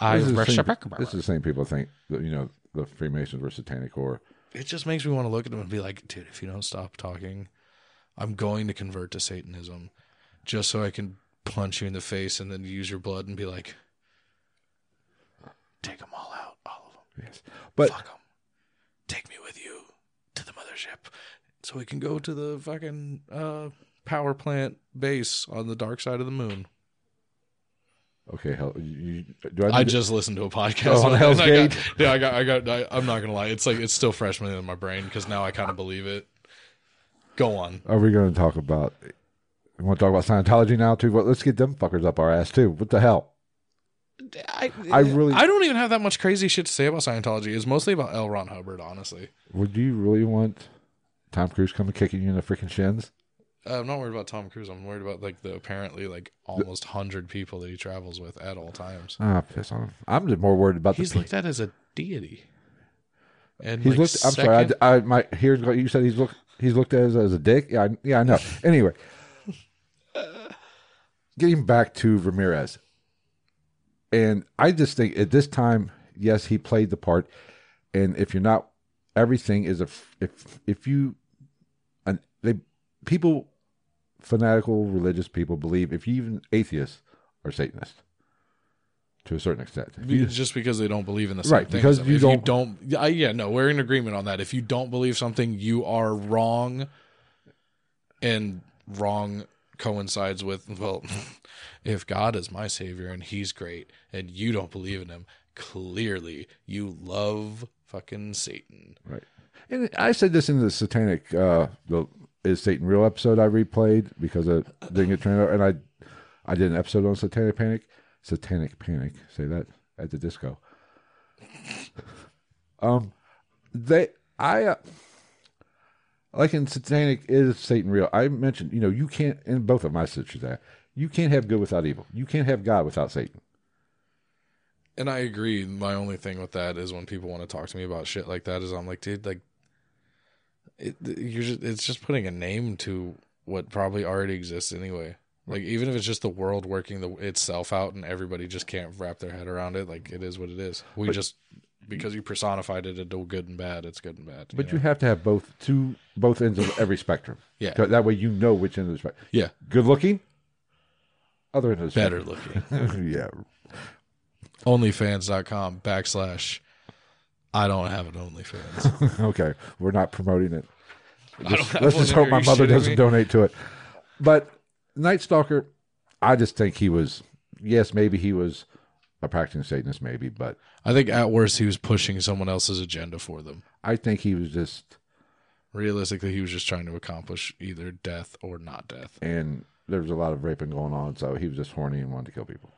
I This is, the same, worship- this is the same people think that, you know the Freemasons were satanic or It just makes me want to look at him and be like, dude, if you don't stop talking, I'm going to convert to Satanism just so I can punch you in the face and then use your blood and be like, take them all out, all of them. yes. But fuck 'em. Take me with you to the mothership so we can go to the fucking uh, power plant base on the dark side of the moon. okay, hell, you, you- do I? Need I to- just listened to a podcast Oh, on it, Hell's and [LAUGHS] I got- Gate. yeah, I got, I got, I, I'm not gonna lie. It's like it's still fresh in my brain because now I kind of believe it. Go on. are we going to talk about? We want to talk about Scientology now too? Well, let's get them fuckers up our ass too. What the hell? I, I really- I don't even have that much crazy shit to say about Scientology. It's mostly about L. Ron Hubbard, honestly. Would you really want Tom Cruise coming kicking you in the freaking shins? Uh, I'm not worried about Tom Cruise. I'm worried about like the apparently like almost hundred people that he travels with at all times. Ah, piss on him. I'm just more worried about He's the. looked at as a deity. And He's like looked. I'm sorry. I d- second- I, my here's what you said. He's looked. He's looked at as, as a dick. Yeah, I, yeah, I [LAUGHS] know. Anyway, getting back to Ramirez, and I just think at this time, yes, he played the part, and if you're not, everything is a f- if if you, and they people, fanatical religious people believe if you even atheists are Satanists, to a certain extent. If you- Be- just because they don't believe in the same Right, things. because I you if don't- you don't I, yeah, no, we're in agreement on that. If you don't believe something, you are wrong and wrong coincides with well, [LAUGHS] if God is my savior and he's great and you don't believe in him, clearly you love fucking Satan. Right. And I said this in the satanic uh the is Satan real episode I replayed because I didn't get turned out and I I did an episode on Satanic Panic. Satanic Panic, say that at the disco. [LAUGHS] Um, they, I, uh, like in Satanic, is Satan real? I mentioned, you know, you can't, in both of my scriptures, there, you can't have good without evil. You can't have God without Satan. And I agree. My only thing with that is when people want to talk to me about shit like that is I'm like, dude, like, it, you're just, it's just putting a name to what probably already exists anyway. Like, even if it's just the world working the, itself out and everybody just can't wrap their head around it, like, it is what it is. We But- just, because you personified it into good and bad, it's good and bad. But know? you have to have both two both ends of every spectrum. Yeah. So that way you know which end of the spectrum. yeah, Good looking, other end of the better looking. spectrum. [LAUGHS] yeah. OnlyFans.com backslash I don't have an OnlyFans. Okay. We're not promoting it. I don't have Let's one just here. hope my You mother shitting doesn't me? donate to it. But Night Stalker, I just think he was yes, maybe he was a practicing Satanist, maybe, but I think at worst he was pushing someone else's agenda for them. I think he was just Realistically, he was just trying to accomplish either death or not death. and there was a lot of raping going on, so he was just horny and wanted to kill people.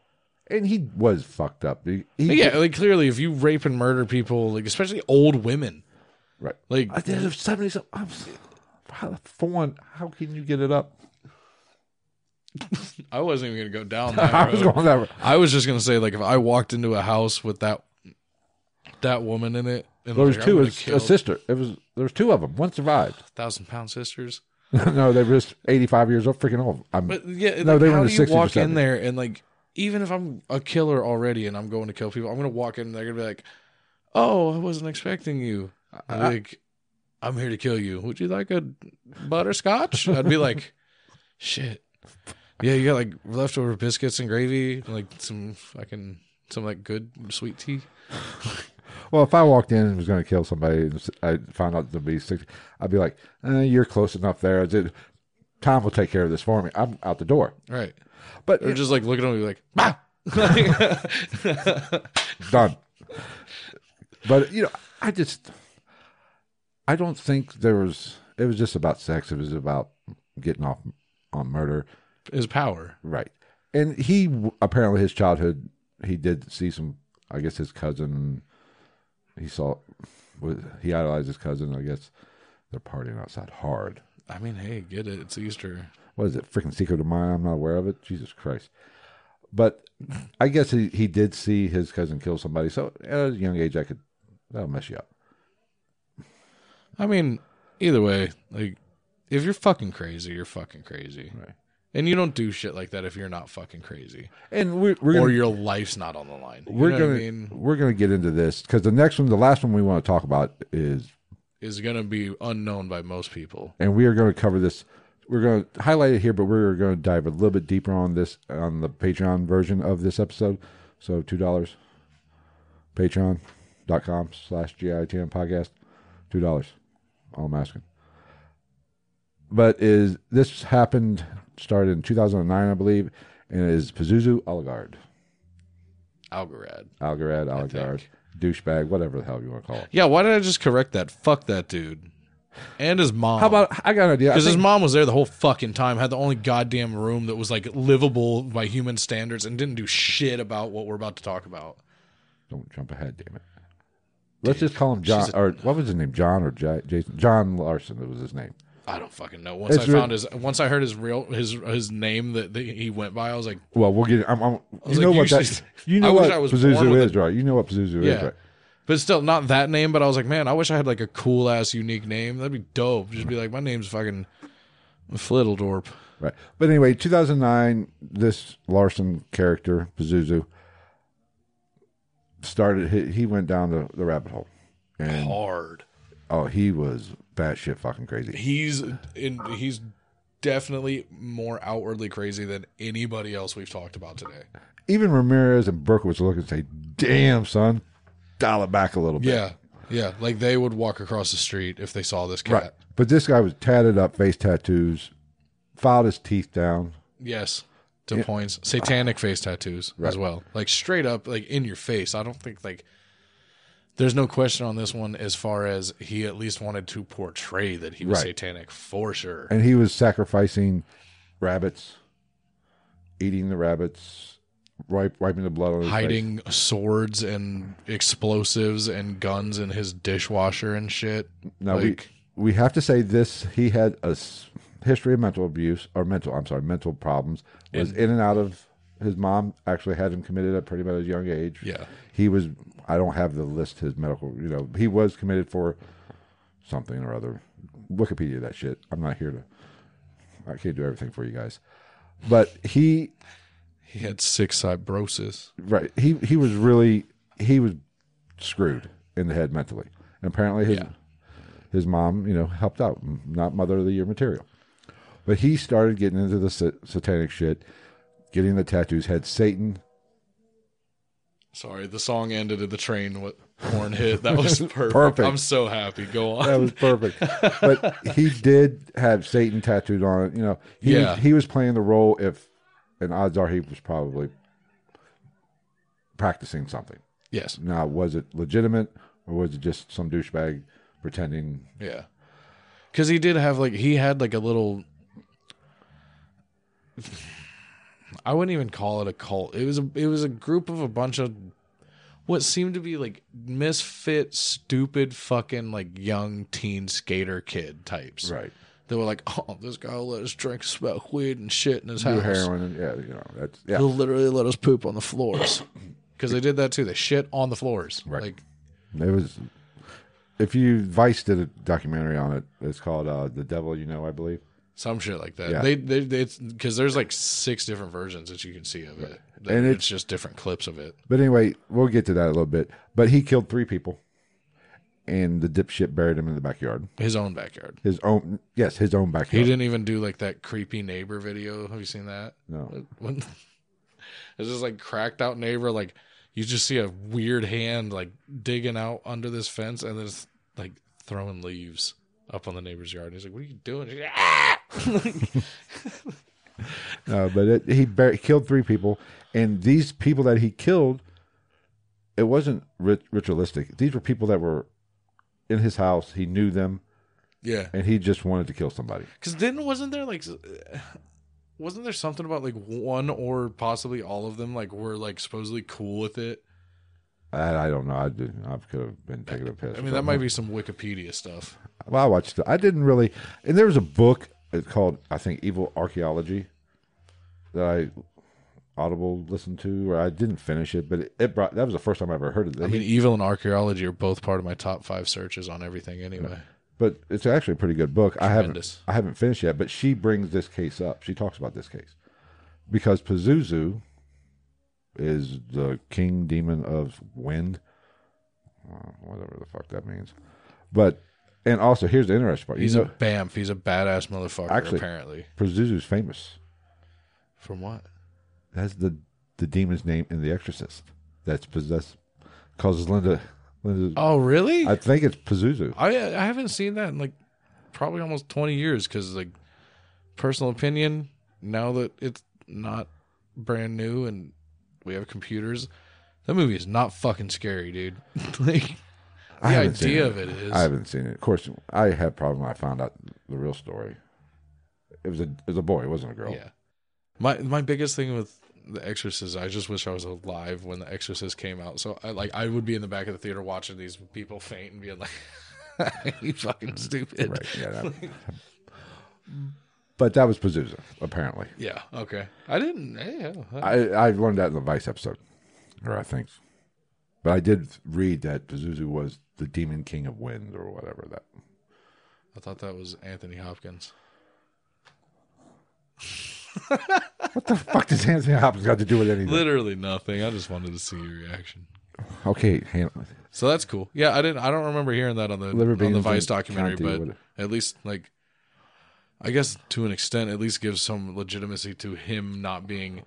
And he was fucked up. He, he- yeah, like clearly, if you rape and murder people, like especially old women, right. like I did it seventy something. I'm, s- how, for one, how can you get it up? I wasn't even [LAUGHS] gonna go down that I was road. going that. route. I was just gonna say like if I walked into a house with that that woman in it, and There was like, I'm two. gonna It was kill a sister. It was there was two of them. One survived. [LAUGHS] thousand pound sisters. no, they were just eighty five years old. Freaking old. I'm, But yeah, No, like, they were how in do the you 60s or walk in 70s. there and like, even if I'm a killer already and I'm going to kill people, I'm gonna walk in and they're gonna be like, "Oh, I wasn't expecting you." Like, I'm here to kill you. Would you like a butterscotch? I'd be like, [LAUGHS] "Shit, yeah, you got like leftover biscuits and gravy, and, like some fucking some like good sweet tea." well, if I walked in and was going to kill somebody, and s- I found out to be sixty, I'd be like, eh, "You're close enough there. Did, Tom will take care of this for me. I'm out the door." Right? But Or [LAUGHS] it's just like look at them and be like, "Bah." [LAUGHS] Like- [LAUGHS] done. but you know, I just, I don't think there was. It was just about sex. It was about getting off on murder. Is power. Right. And he w- apparently his childhood he did see some I guess his cousin he saw was he idolized his cousin, I guess. They're partying outside hard. I mean, hey, get it? It's Easter. What is it? Freaking secret of mine. I'm not aware of it. Jesus Christ. But I guess he, he did see his cousin kill somebody. So at a young age I could that'll mess you up. I mean, either way, like if you're fucking crazy, you're fucking crazy. Right. And you don't do shit like that if you're not fucking crazy And we're we're or gonna, your life's not on the line. You we're know gonna what I mean? we're gonna get into this because the next one, the last one we want to talk about is Is going to be unknown by most people. and we are going to cover this. We're going to highlight it here, but we're going to dive a little bit deeper on this on the Patreon version of this episode. So two dollars, patreon.com slash gitm podcast, two dollars. All I'm asking. But is this happened started in 2009, I believe, and it is Pazuzu Algard, Algorad. Algarad, Algard, douchebag, whatever the hell you want to call it. Yeah, why did I just correct that? Fuck that dude. And his mom. How about I got an idea? I Because his think- mom was there the whole fucking time, had the only goddamn room that was like livable by human standards, and didn't do shit about what we're about to talk about. Don't jump ahead, damn it. Let's just call him John, or what was his name? John or J- Jason? John Larson that was his name. I don't fucking know. Once It's I re- found his, once I heard his real his his name that, that he went by, I was like, Well, we'll get. I'm, I'm, you was know like, what you that? should- You I know wish what I was born Pazuzu with is, right? You know what Pazuzu is, Yeah. right? But still, not that name, but I was like, man, I wish I had like a cool ass unique name. That'd be dope. Just be like, my name's fucking Flittledorp. Right. But anyway, 2009, this Larson character Pazuzu started. He, he went down the, the rabbit hole, and Hard. oh, he was batshit fucking crazy. He's in he's definitely more outwardly crazy than anybody else we've talked about today. Even Ramirez and Berkowitz look and say, "Damn, son, dial it back a little bit." Yeah. Yeah. Like they would walk across the street if they saw this cat. Right. But this guy was tatted up, face tattoos, filed his teeth down. Yes. To points. Satanic face tattoos as well. Like straight up, like in your face. I don't think like there's no question on this one as far as he at least wanted to portray that he was Right. satanic for sure. And he was sacrificing rabbits, eating the rabbits, wipe, wiping the blood on his face. hiding swords and explosives and guns in his dishwasher and shit. Now like, we we have to say this. He had a s- history of mental abuse or mental. I'm sorry, mental problems. Was in and out of his mom. Actually, had him committed at pretty much a young age. Yeah. he was. I don't have the list. His medical. You know, he was committed for something or other. Wikipedia that shit. I'm not here to. I can't do everything for you guys, but he he had six fibrosis. right he he was really he was screwed in the head mentally and apparently his Yeah. his mom you know helped out m- not mother of the year material but he started getting into the sa- satanic shit getting the tattoos had satan Sorry, the song ended at the train what horn hit. [LAUGHS] That was perfect. Perfect. I'm so happy. Go on. that was [LAUGHS] perfect but he did have satan tattooed on it you know he Yeah. was, he was playing the role if and odds are he was probably practicing something yes. now was it legitimate or was it just some douchebag pretending Yeah. Cause he did have like he had like a little I wouldn't even call it a cult. It was a it was a group of a bunch of what seemed to be like misfit, stupid fucking like young teen skater kid types. right They were like, Oh, this guy will let us drink smoke weed and shit in his do house. heroin. And, yeah, you know that's yeah. He'll literally let us poop on the floors. Cause they did that too. They shit on the floors. Right. Like It was. If you Vice did a documentary on it, it's called uh, "The Devil You Know," I believe. some shit like that. Yeah. They they they because there's like six different versions that you can see of it, and it's, just different clips of it. But anyway, we'll get to that a little bit. But he killed three people, and the dipshit buried him in the backyard. His own backyard. His own, yes, his own He backyard. didn't even do like that creepy neighbor video. Have you seen that? No, When, [LAUGHS] it's just like cracked out neighbor. Like you just see a weird hand like digging out under this fence and there's like throwing leaves up on the neighbor's yard. He's like, "What are you doing?" She's like, "Ah!" [LAUGHS] no, but it, he bur- killed three people, and these people that he killed, it wasn't rit- ritualistic. These were people that were in his house. He knew them, yeah. and he just wanted to kill somebody. Because then wasn't there like, s- wasn't there something about like one or possibly all of them like were like supposedly cool with it? I, I don't know. I, did, I could have been taking a piss. I mean, that might be some Wikipedia stuff. Well, I watched. it. I didn't really. And there was a book it's called, I think, Evil Archaeology, that I audible listened to, or I didn't finish it, but it, it brought. That was the first time I ever heard of that. I mean, evil and archaeology are both part of my top five searches on everything anyway. but it's actually a pretty good book. I haven't. Tremendous. I haven't finished yet, but she brings this case up. She talks about this case because Pazuzu is the king demon of wind, Uh, whatever the fuck that means. But and also here's the interesting part. He's you know, a bamf. He's a badass motherfucker. Actually- apparently, Pazuzu's famous. from what? That's the the demon's name in The Exorcist. That's possessed causes Linda. Linda. Oh, really? I I think it's Pazuzu. I haven't seen that in like probably almost twenty years. Because like personal opinion, now that it's not brand new and we have computers, that movie is not fucking scary, [LAUGHS] dude. like the I haven't seen idea of it is. I haven't seen it. Of course, I had a problem when I found out the real story. It was a it was a boy. It wasn't a girl. Yeah. My my biggest thing with The Exorcist, I just wish I was alive when The Exorcist came out. So I like I would be in the back of the theater watching these people faint and being [LAUGHS] like, "You fucking stupid." Right. Yeah. that- but that was Pazuzu apparently. Yeah. Okay. I didn't. Yeah. I I learned that in the Vice episode, or I think. But I did read that Pazuzu was the demon king of wind or whatever that. I thought that was Anthony Hopkins. What the fuck does Anthony Hopkins got to do with anything? Literally nothing. I just wanted to see your reaction. Okay, Han- So that's cool. Yeah, I didn't. I don't remember hearing that on the Liver on beans the and Vice documentary, Conti, but what- at least like, I guess to an extent, at least gives some legitimacy to him not being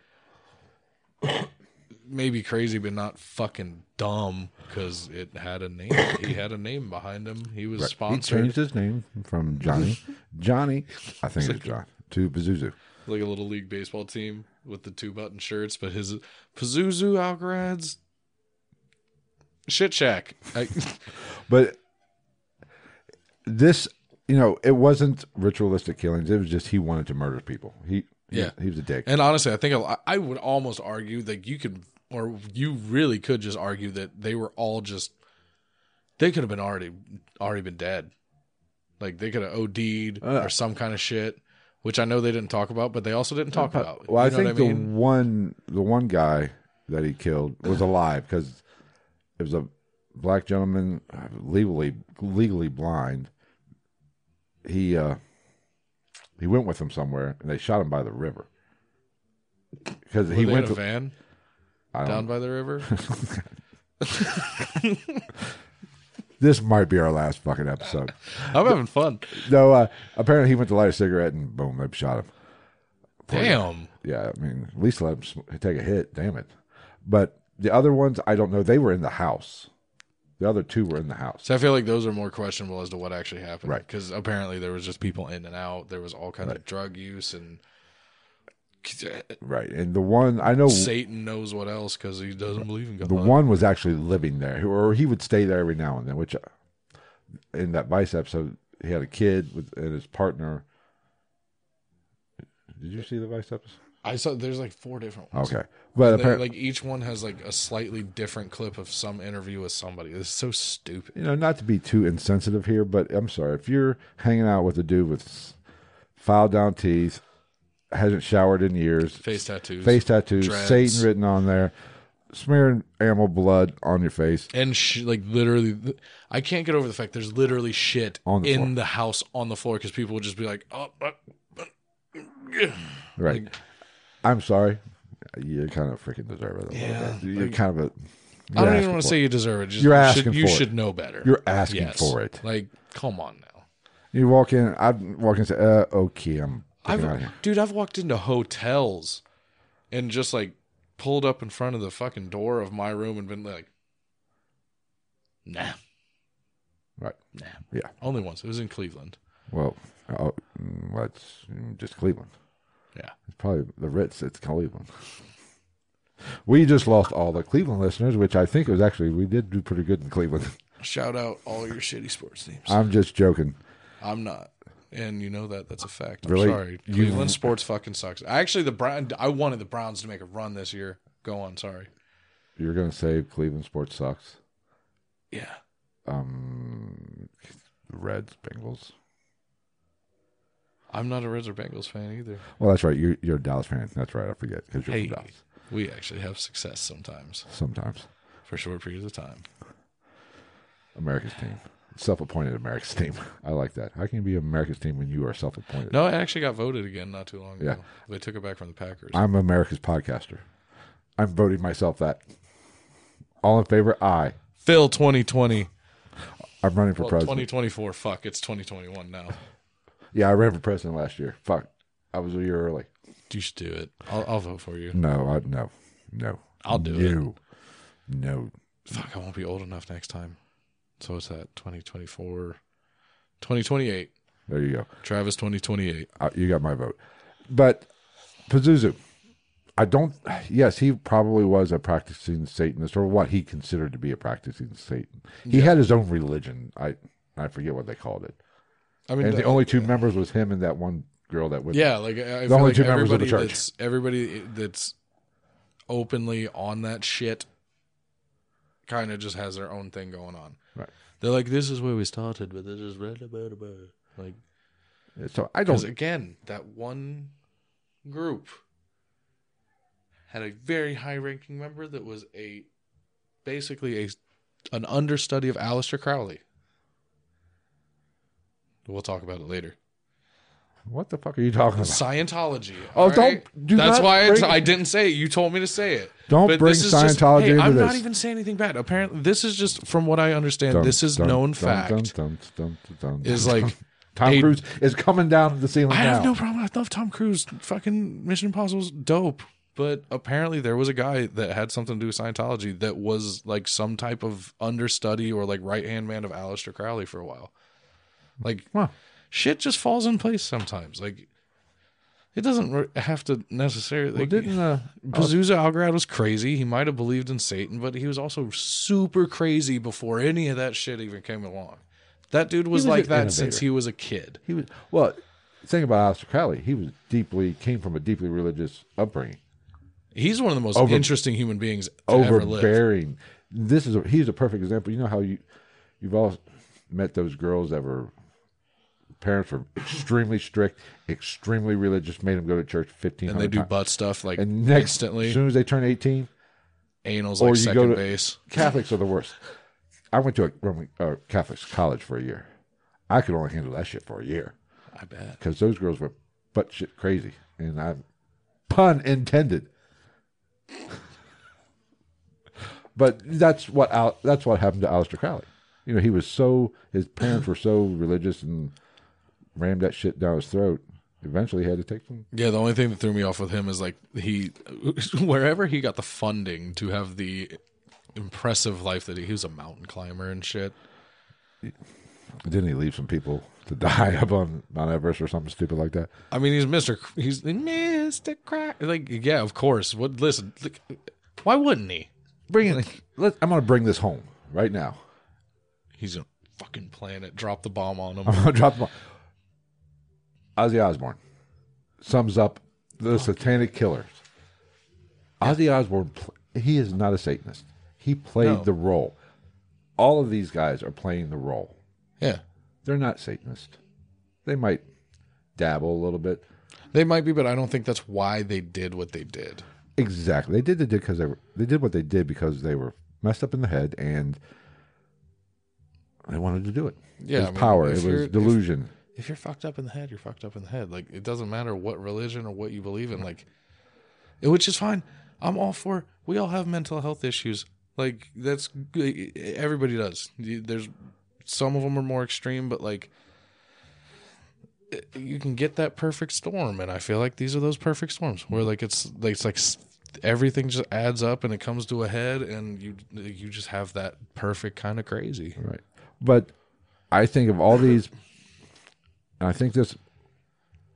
maybe crazy, but not fucking dumb because it had a name. he had a name behind him. He was He sponsored changed his name from Johnny, Johnny, I think it's John, to Pazuzu. like a little league baseball team with the two button shirts, but his Pazuzu Alcaraz shit shack. I, [LAUGHS] But this, you know, it wasn't ritualistic killings. It was just he wanted to murder people. He Yeah. he was a dick. And honestly, I think a lo- I would almost argue that you could, or you really could just argue that they were all just, they could have been already, already been dead. Like they could have OD'd Uh. or some kind of shit, which I know they didn't talk about, but they also didn't talk about. Uh, Well, I You know think what I mean? the one the one guy that he killed [LAUGHS] was alive because it was a black gentleman uh, legally legally blind. He uh he went with him somewhere and they shot him by the river because Were he they went in a to van I don't, down by [LAUGHS] the river. this might be our last fucking episode. I'm having fun. no, uh, apparently he went to light a cigarette and boom, they shot him. Damn. yeah, I mean, at least let him sm- take a hit. Damn it. But the other ones, I don't know. They were in the house. The other two were in the house. So I feel like those are more questionable as to what actually happened, Right. Because apparently there was just people in and out. There was all kinds of drug use and uh, Right. And the one, I know Satan knows what else because he doesn't believe in God. the one was actually living there, or he would stay there every now and then, which uh, in that Vice episode, he had a kid with and his partner. Did you see the Vice episode? I saw there's like four different ones. Okay. But They're, apparently, like each one has like a slightly different clip of some interview with somebody. It's so stupid. you know, not to be too insensitive here, but I'm sorry if you're hanging out with a dude with s- filed down teeth, hasn't showered in years, Face tattoos, face tattoos, Dreads. Satan written on there, smearing animal blood on your face. and sh- like literally, I can't get over the fact there's literally shit On the in floor. the house on the floor because people would just be like, "Oh, uh, Right. I'm sorry. You kind of freaking deserve it. a little Yeah, bit. You're kind of a. I you're don't asking even want for to it. say you deserve it. Just, You're you asking should, You for it. should know better. You're asking Yes. for it. Like, come on now. You walk in. I walk in. and Say, uh, okay, I'm. I've, out of I've, here. dude, I've walked into hotels and just like pulled up in front of the fucking door of my room and been like, nah, Right. nah. Yeah. Only once. It was in Cleveland. Well, oh, mm, well, it's mm, just Cleveland. Yeah. It's probably the Ritz. It's Cleveland. [LAUGHS] we just lost all the Cleveland listeners, which I think it was actually we did do pretty good in Cleveland. [LAUGHS] Shout out all your shitty sports teams. I'm just joking. I'm not. And you know that that's a fact. I'm Really? sorry. You- [LAUGHS] Cleveland sports fucking sucks. Actually, the Brown. I wanted the Browns to make a run this year. Go on. Sorry. You're gonna say Cleveland sports sucks. Yeah. Um, the Reds, Bengals. I'm not a Reds or Bengals fan either. Well, that's right. You're, you're a Dallas fan. That's right. I forget because you're Hey, from Dallas. we actually have success sometimes Sometimes for short periods of time. America's team, self-appointed America's [LAUGHS] team. I like that. How can you be America's team when you are self-appointed? No, it actually got voted again not too long ago. Yeah. They took it back from the Packers. I'm America's podcaster. I'm voting myself that. All in favor? Aye. Phil 2020. I'm running for Well, president. 2024. Fuck, it's 2021 now. Yeah, I ran for president last year. Fuck, I was a year early. You should do it. I'll, I'll vote for you. No, I, no, no. I'll do it. no. it. No, Fuck, I won't be old enough next time. So what's that? 2024. 2028. there you go. Travis 2028. Uh, you got my vote. But Pazuzu, I don't. Yes, he probably was a practicing Satanist, or what he considered to be a practicing Satan. He had his own religion. I I forget what they called it. I mean, uh, And the only two members was him and that one girl that went. yeah, like I I The feel only like two members of everybody the church. that's everybody that's openly on that shit kind of just has their own thing going on. Right. They're like, this is where we started, but this is right about about like. So I Because don't. again, that one group had a very high-ranking member that was a basically a an understudy of Aleister Crowley. We'll talk about it later. What the fuck are you talking about? Scientology. Oh, all right? don't- do That's not why it's, bring- I didn't say it. You told me to say it. Don't bring this is just- Scientology hey, into I'm not this. even saying anything bad. Apparently, this is just from what I understand. Dun, this is dun, known dun, fact. dun, dun, dun, dun, Is dun, like. dun. [LAUGHS] Tom a- Cruise is coming down the ceiling I now. have no problem. I love Tom Cruise. Fucking Mission Impossible's dope. But apparently there was a guy that had something to do with Scientology that was like some type of understudy or like right hand man of Aleister Crowley for a while. Like Huh. shit just falls in place sometimes. Like it doesn't re- have to necessarily. Well, like, didn't uh, Pazuzu Algrad was crazy. He might have believed in Satan, but he was also super crazy before any of that shit even came along. That dude was, was like an that innovator. since he was a kid. he was well The thing about Aleister Crowley, he was deeply came from a deeply religious upbringing, He's one of the most Over- interesting human beings to ever live. overbearing. This is a, he's a perfect example. You know how you you've all met those girls that were parents were extremely strict, extremely religious, made them go to church fifteen And they hundred do times. butt stuff like And next, instantly. as soon as they turn eighteen, Anal's or like you go second to- base. Catholics are the worst. I went to a Roman uh, Catholic college for a year. I could only handle that shit for a year I bet. because those girls were butt shit crazy, and I, pun intended. but that's what Al, that's what happened to Aleister Crowley. You know, he was so his parents were so religious and rammed that shit down his throat. Eventually, he had to take some. Yeah, the only thing that threw me off with him is like he, [LAUGHS] wherever he got the funding to have the impressive life that he, he was a mountain climber and shit. Didn't he leave some people to [LAUGHS] die up on Mount Everest or something stupid like that? I mean, he's Mister. Cr- He's Mister Crack. Like, yeah, of course. What? Listen, like, why wouldn't he? Bring it. let, I'm going to bring this home right now. [LAUGHS] He's a fucking planet. Drop the bomb on him. I'm [LAUGHS] gonna drop them. all. Ozzy Osbourne sums up the Satanic Killers. Ozzy Osbourne, pl- he is not a Satanist. He played No. the role. All of these guys are playing the role. Yeah, They're not Satanist. They might dabble a little bit. they might be, but I don't think that's why they did what they did. Exactly. They did they did because they were they did what they did because they were messed up in the head and they wanted to do it. Yeah, it was I mean, power. if It you're- was if- delusion. if you're fucked up in the head, you're fucked up in the head. Like it doesn't matter what religion or what you believe in, like which is fine. I'm all for we all have mental health issues. Like that's everybody does. You- There's some of them are more extreme, but like eh, you can get that perfect storm and I feel like these are those perfect storms where like it's like it's like s- everything just adds up and it comes to a head and you you just have that perfect kind of crazy. Right. But I think of all these, and I think this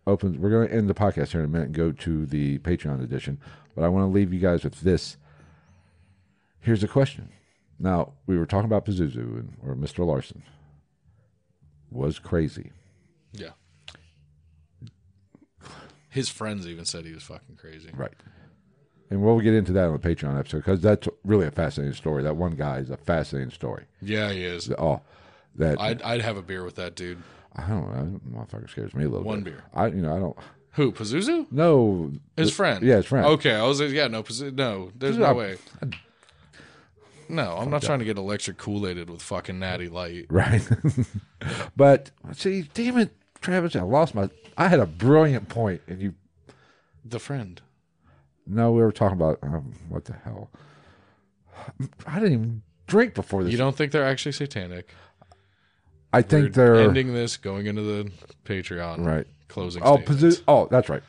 opens, we're going to end the podcast here in a minute and go to the Patreon edition. But I want to leave you guys with this. Here's a question. Now, we were talking about Pazuzu and, or Mr. Larson was crazy. Yeah. His friends even said he was fucking crazy. Right. And we'll get into that on the Patreon episode because that's really a fascinating story. That one guy is a fascinating story. Yeah, he is. Oh, that I, I'd, I'd have a beer with that dude. don't know. That motherfucker scares me a little One bit. beer. I, you know, I don't. Who? Pazuzu? No, His friend. Yeah, his friend. Okay, I was yeah, no, Pazu- no, there's no way. No, I'm not trying to get electric Kool Aided with fucking Natty Light. Right. [LAUGHS] but see, damn it, Travis, I lost my. I had a brilliant point, and you. The friend. No, we were talking about um, what the hell. I didn't even drink before this. You don't think they're actually satanic? I think they're We're ending this, going into the Patreon. right. Closing. Oh, statements. Pazu- oh, that's right.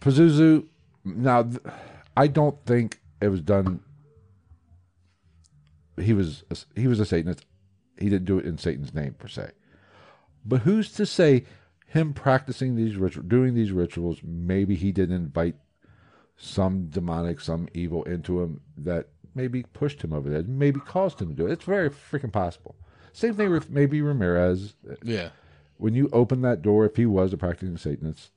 Pazuzu. Now, th- I don't think it was done. He was a- he was a Satanist. He didn't do it in Satan's name per se. But who's to say him practicing these rituals, doing these rituals, maybe he didn't invite some demonic, some evil into him that maybe pushed him over the edge, maybe caused him to do it. It's very freaking possible. Same thing with maybe Ramirez Yeah. when you open that door, if he was a practicing Satanist,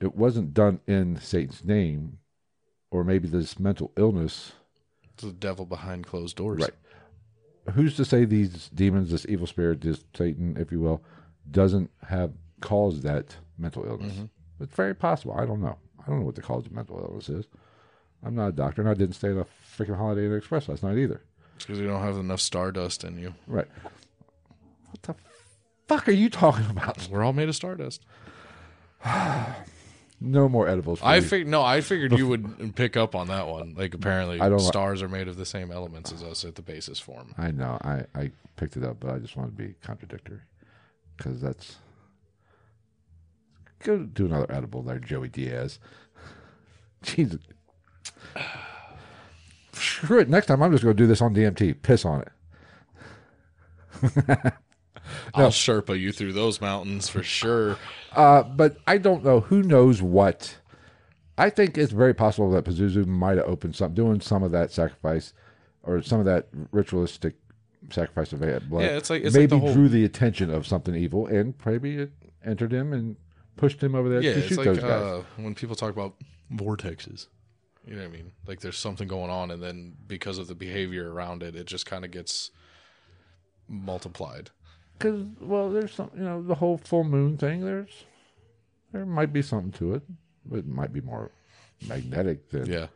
it wasn't done in Satan's name, or maybe this mental illness. It's the devil behind closed doors. Right. Who's to say these demons, this evil spirit, this Satan, if you will, doesn't have caused that mental illness? It's very possible. I don't know. I don't know what the cause of mental illness is. I'm not a doctor, and I didn't stay at a freaking Holiday Inn Express last night either. Because you don't have enough stardust in you. Right. What the fuck are you talking about? We're all made of stardust. No more edibles. for I you. fig- no, I figured you would pick up on that one. Like apparently, I don't- stars are made of the same elements as us at the basis form. I know. I, I picked it up, but I just want to be contradictory because that's. Go do another edible there, Joey Diaz. [LAUGHS] Jesus. [SIGHS] Screw it. Next time, I'm just going to do this on DMT. Piss on it. I'll Sherpa you through those mountains [LAUGHS] for sure. Uh, but I don't know. Who knows what? I think it's very possible that Pazuzu might have opened some, doing some of that sacrifice or some of that ritualistic sacrifice of blood. Yeah, it's like- it's like maybe the whole- drew the attention of something evil, and maybe it entered him and pushed him over there Yeah, to it's shoot like those guys. uh, when people talk about vortexes. You know what I mean? Like there's something going on, and then because of the behavior around it, it just kind of gets multiplied. Because well, there's some you know the whole full moon thing. There's there might be something to it. It might be more magnetic than Yeah.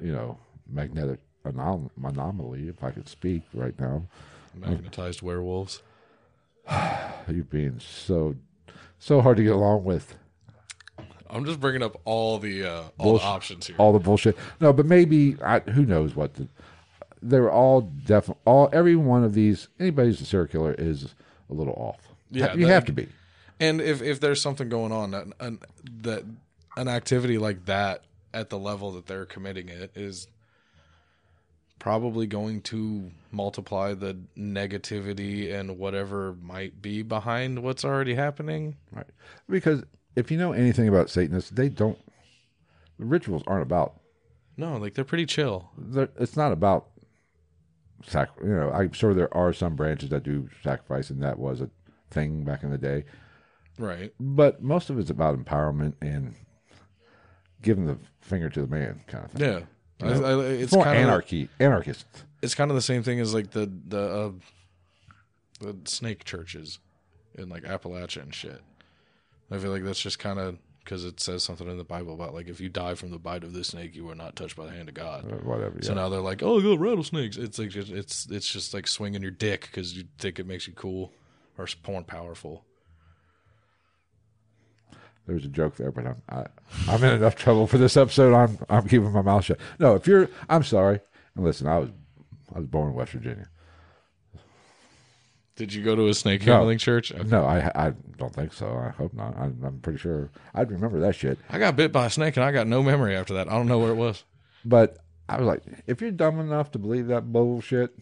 you know magnetic anom- anomaly. If I could speak right now, Magnetized werewolves. you being so so hard to get along with. I'm just bringing up all the uh, all the Bullsh- options here. all the bullshit. No, but maybe I, who knows what the, they were all definitely all every one of these anybody who's a serial killer is a little off. Yeah, you that- have to be. And if if there's something going on, an, an that an activity like that at the level that they're committing it is probably going to multiply the negativity and whatever might be behind what's already happening. Right. Because if you know anything about Satanists, they don't the rituals aren't about No, like they're pretty chill. they're- it's not about sac you know, I'm sure there are some branches that do sacrifice and that was a thing back in the day. Right. But most of it's about empowerment and giving the finger to the man kind of thing. Yeah. I, I, it's It's more kind of anarchy, anarchists. it's kind of the same thing as like the the uh, the snake churches in like Appalachia and shit. I feel like that's just kind of because it says something in the Bible about like if you die from the bite of the snake, you are not touched by the hand of God. or uh, whatever. So yeah. now they're like, oh, go rattlesnakes. It's like just, it's it's just like swinging your dick because you think it makes you cool or s- porn powerful. There's a joke there, but I'm I, I'm in enough trouble for this episode. I'm I'm keeping my mouth shut. No, if you're, I'm sorry. And listen, I was I was born in West Virginia. Did you go to a snake handling church? Okay. No, I I don't think so. I hope not. I'm, I'm pretty sure I'd remember that shit. I got bit by a snake and I got no memory after that. I don't know where it was. But I was like, if you're dumb enough to believe that bullshit,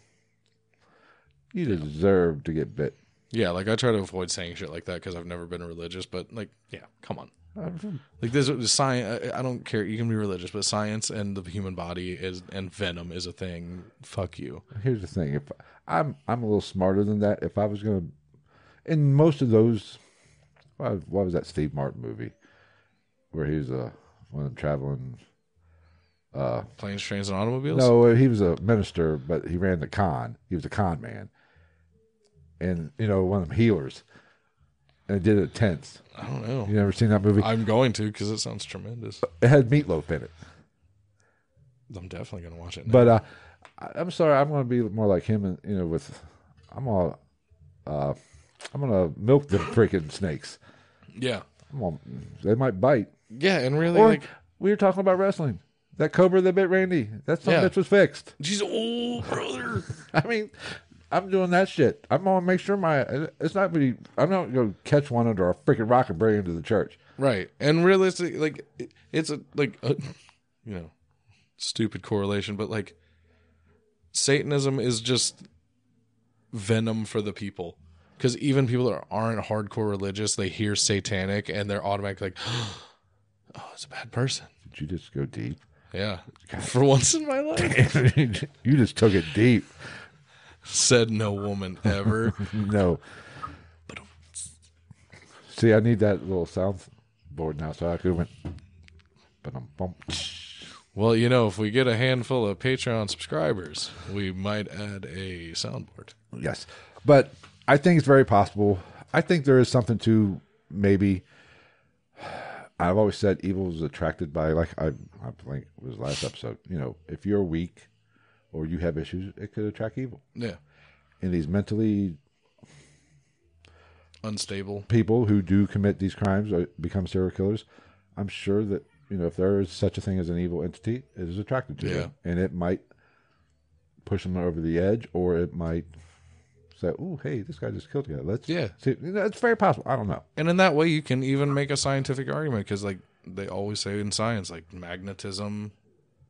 you deserve to get bit. Yeah, like I try to avoid saying shit like that because I've never been religious. But like, yeah, come on. Like there's there's science. I I don't care. You can be religious, but science and the human body is and venom is a thing. Fuck you. here's the thing if i'm i'm a little smarter than that if i was gonna in most of those what, what was that steve martin movie where he was a one of them traveling Planes, trains, and automobiles. no he was a minister but he ran the con he was a con man and you know one of them healers and did it at tents I don't know. you never seen that movie I'm going to because it sounds tremendous. it had meatloaf in it I'm definitely gonna watch it. Now. But uh, I- I'm sorry, I'm going to be more like him, and you know, with I'm gonna, uh, I'm gonna milk the freaking snakes. yeah, I'm gonna, they might bite. yeah, and really, Or like, we were talking about wrestling. That cobra that bit Randy, that some Yeah. bitch was fixed. [LAUGHS] she's old brother. I mean, I'm doing that shit. I'm gonna make sure my it's not really. I'm not gonna catch one under a freaking rock and bring him to the church. Right. And realistically, like it- it's a like a, [LAUGHS] you know, stupid correlation, but like Satanism is just venom for the people. Because even people that aren't hardcore religious, they hear satanic and they're automatically like, [GASPS] "Oh, it's a bad person." Did you just go deep? [LAUGHS] Yeah, for once in my life, you just took it deep. said no woman ever. No. See, I need that little sound board now, so I could have went. But I'm bumped. well, you know, if we get a handful of Patreon subscribers, we might add a soundboard. Yes, but I think it's very possible. I think there is something to maybe. I've always said evil is attracted by like I I think it was last episode. You know, if you're weak or you have issues, it could attract evil. Yeah, And these mentally unstable. people who do commit these crimes or become serial killers, I'm sure that you know if there is such a thing as an evil entity, it is attracted to them, and it might push them over the edge, or it might say, "Oh, hey, this guy just killed a guy. Let's Yeah. see." You know, It's very possible. I don't know. and in that way you can even make a scientific argument because like they always say in science like magnetism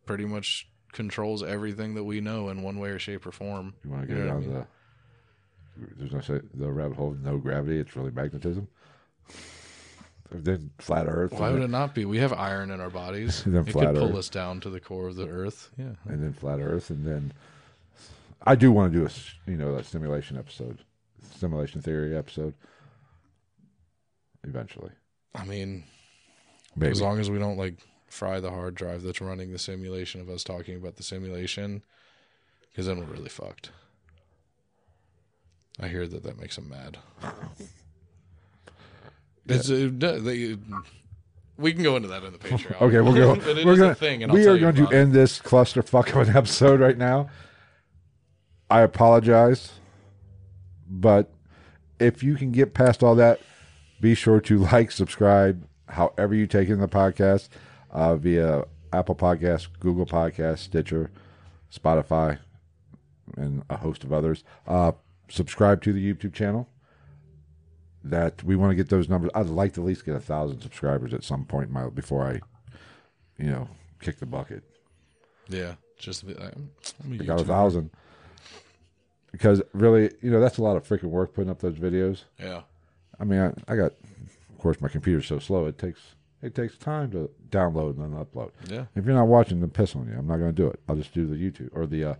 pretty much controls everything that we know in one way or shape or form You want to You go know down what I mean? the there's no say the rabbit hole. of No gravity. It's really magnetism. Then flat Earth, why and, would it not be we have iron in our bodies [LAUGHS] And then it flat could pull Earth. us down to the core of the earth yeah then, and then flat Earth, and then I do want to do a s- you know that simulation episode, simulation theory episode, eventually. I mean, Maybe. as long as we don't like fry the hard drive that's running the simulation of us talking about the simulation, because then we're really fucked. I hear that that makes [LAUGHS] him mad. It's, uh, no, they- we can go into that in the Patreon. [LAUGHS] Okay, we'll go. [LAUGHS] But it we're is gonna, a thing, and we I'll are tell going you to about it. end this clusterfuck of an [LAUGHS] episode right now. I apologize, but if you can get past all that, be sure to like, subscribe, however you take in the podcast, uh, via Apple Podcasts, Google Podcasts, Stitcher, Spotify, and a host of others. Uh, subscribe to the YouTube channel. That we want to get those numbers. I'd like to at least get a thousand subscribers at some point in my, before I you know, kick the bucket. Yeah, just a bit, I'm, I'm a I got a YouTuber. thousand. Because really, you know, that's a lot of freaking work putting up those videos. yeah. I mean, I, I got, of course, my computer's so slow. It takes it takes time to download and then upload. Yeah. If you're not watching, then piss on you. I'm not going to do it. I'll just do the YouTube or the uh,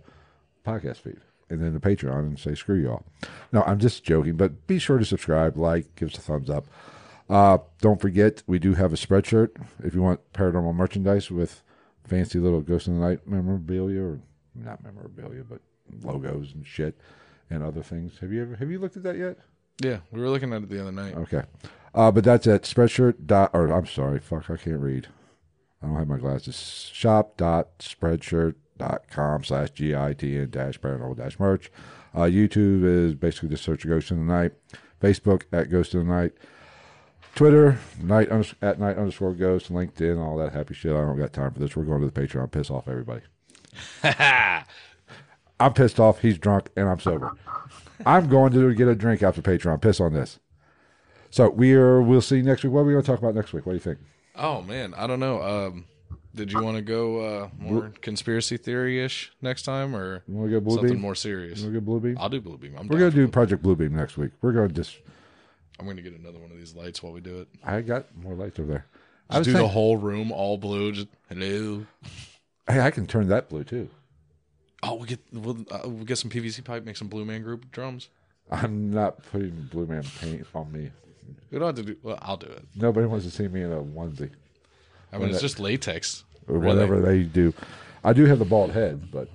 podcast feed and then the Patreon and say screw you all. No, I'm just joking. But be sure to subscribe, like, give us a thumbs up. Uh, don't forget, we do have a spreadshirt if you want paranormal merchandise with fancy little Ghost in the Night memorabilia or not memorabilia, but logos and shit and other things. Have you ever have you looked at that yet? Yeah, we were looking at it the other night. Okay. Uh, but that's at spreadshirt dot or I'm sorry, fuck, I can't read. I don't have my glasses. Shop dot spreadshirt dot com slash GITN dash paranormal dash merch. Uh, YouTube is basically just search Ghost in the Night. Facebook at Ghost in the Night. Twitter, night unders- at night underscore ghost, LinkedIn, all that happy shit. I don't got time for this. We're going to the Patreon. Piss off everybody. Oh. I'm pissed off. He's drunk and I'm sober. I'm going to get a drink after Patreon. Piss on this. So we are. We'll see you next week. What are we going to talk about next week? What do you think? [LAUGHS] Oh man, I don't know. Um, did you want to go uh, more conspiracy theory ish next time, or You want to go blue something beam? more Uh, serious? You want to go blue beam? I'll do blue beam. I'm We're down going for to do Blue- Project Blue Beam next week. We're going to just. I'm going to get another one of these lights while we do it. I got more lights over there. I Just was do the thinking, whole room all blue. Just hello. hey, I can turn that blue too. Oh, we get we'll, uh, we'll get some PVC pipe, make some Blue Man Group drums. I'm not putting blue man paint on me. We don't have to do. Well, I'll do it. Nobody wants to see me in a onesie I mean, it's just latex. or really. whatever they do. I do have the bald head, but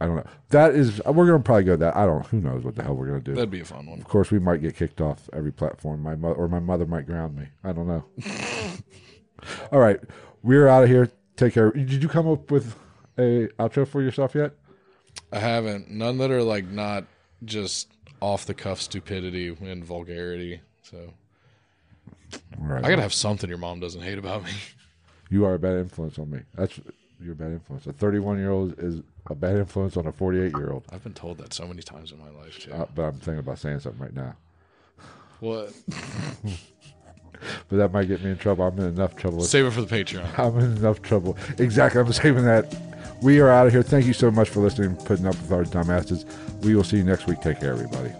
I don't know. That is, we're going to probably go that. I don't. Who knows what the hell we're going to do? That'd be a fun one. Of course, we might get kicked off every platform. My mo- or my mother might ground me. I don't know. All right, we're out of here. Take care. Did you come up with a outro for yourself yet? I haven't. None that are like not just off the cuff stupidity and vulgarity. So All right. I gotta have something your mom doesn't hate about me. [LAUGHS] you are a bad influence on me. That's you're a bad influence. A 31 year old is a bad influence on a 48 year old. I've been told that so many times in my life too. Uh, but I'm thinking about saying something right now. What? But that might get me in trouble. I'm in enough trouble. Save it for the Patreon. I'm in enough trouble. Exactly. I'm saving that. We are out of here. Thank you so much for listening, and putting up with our dumbasses. We will see you next week. Take care, everybody.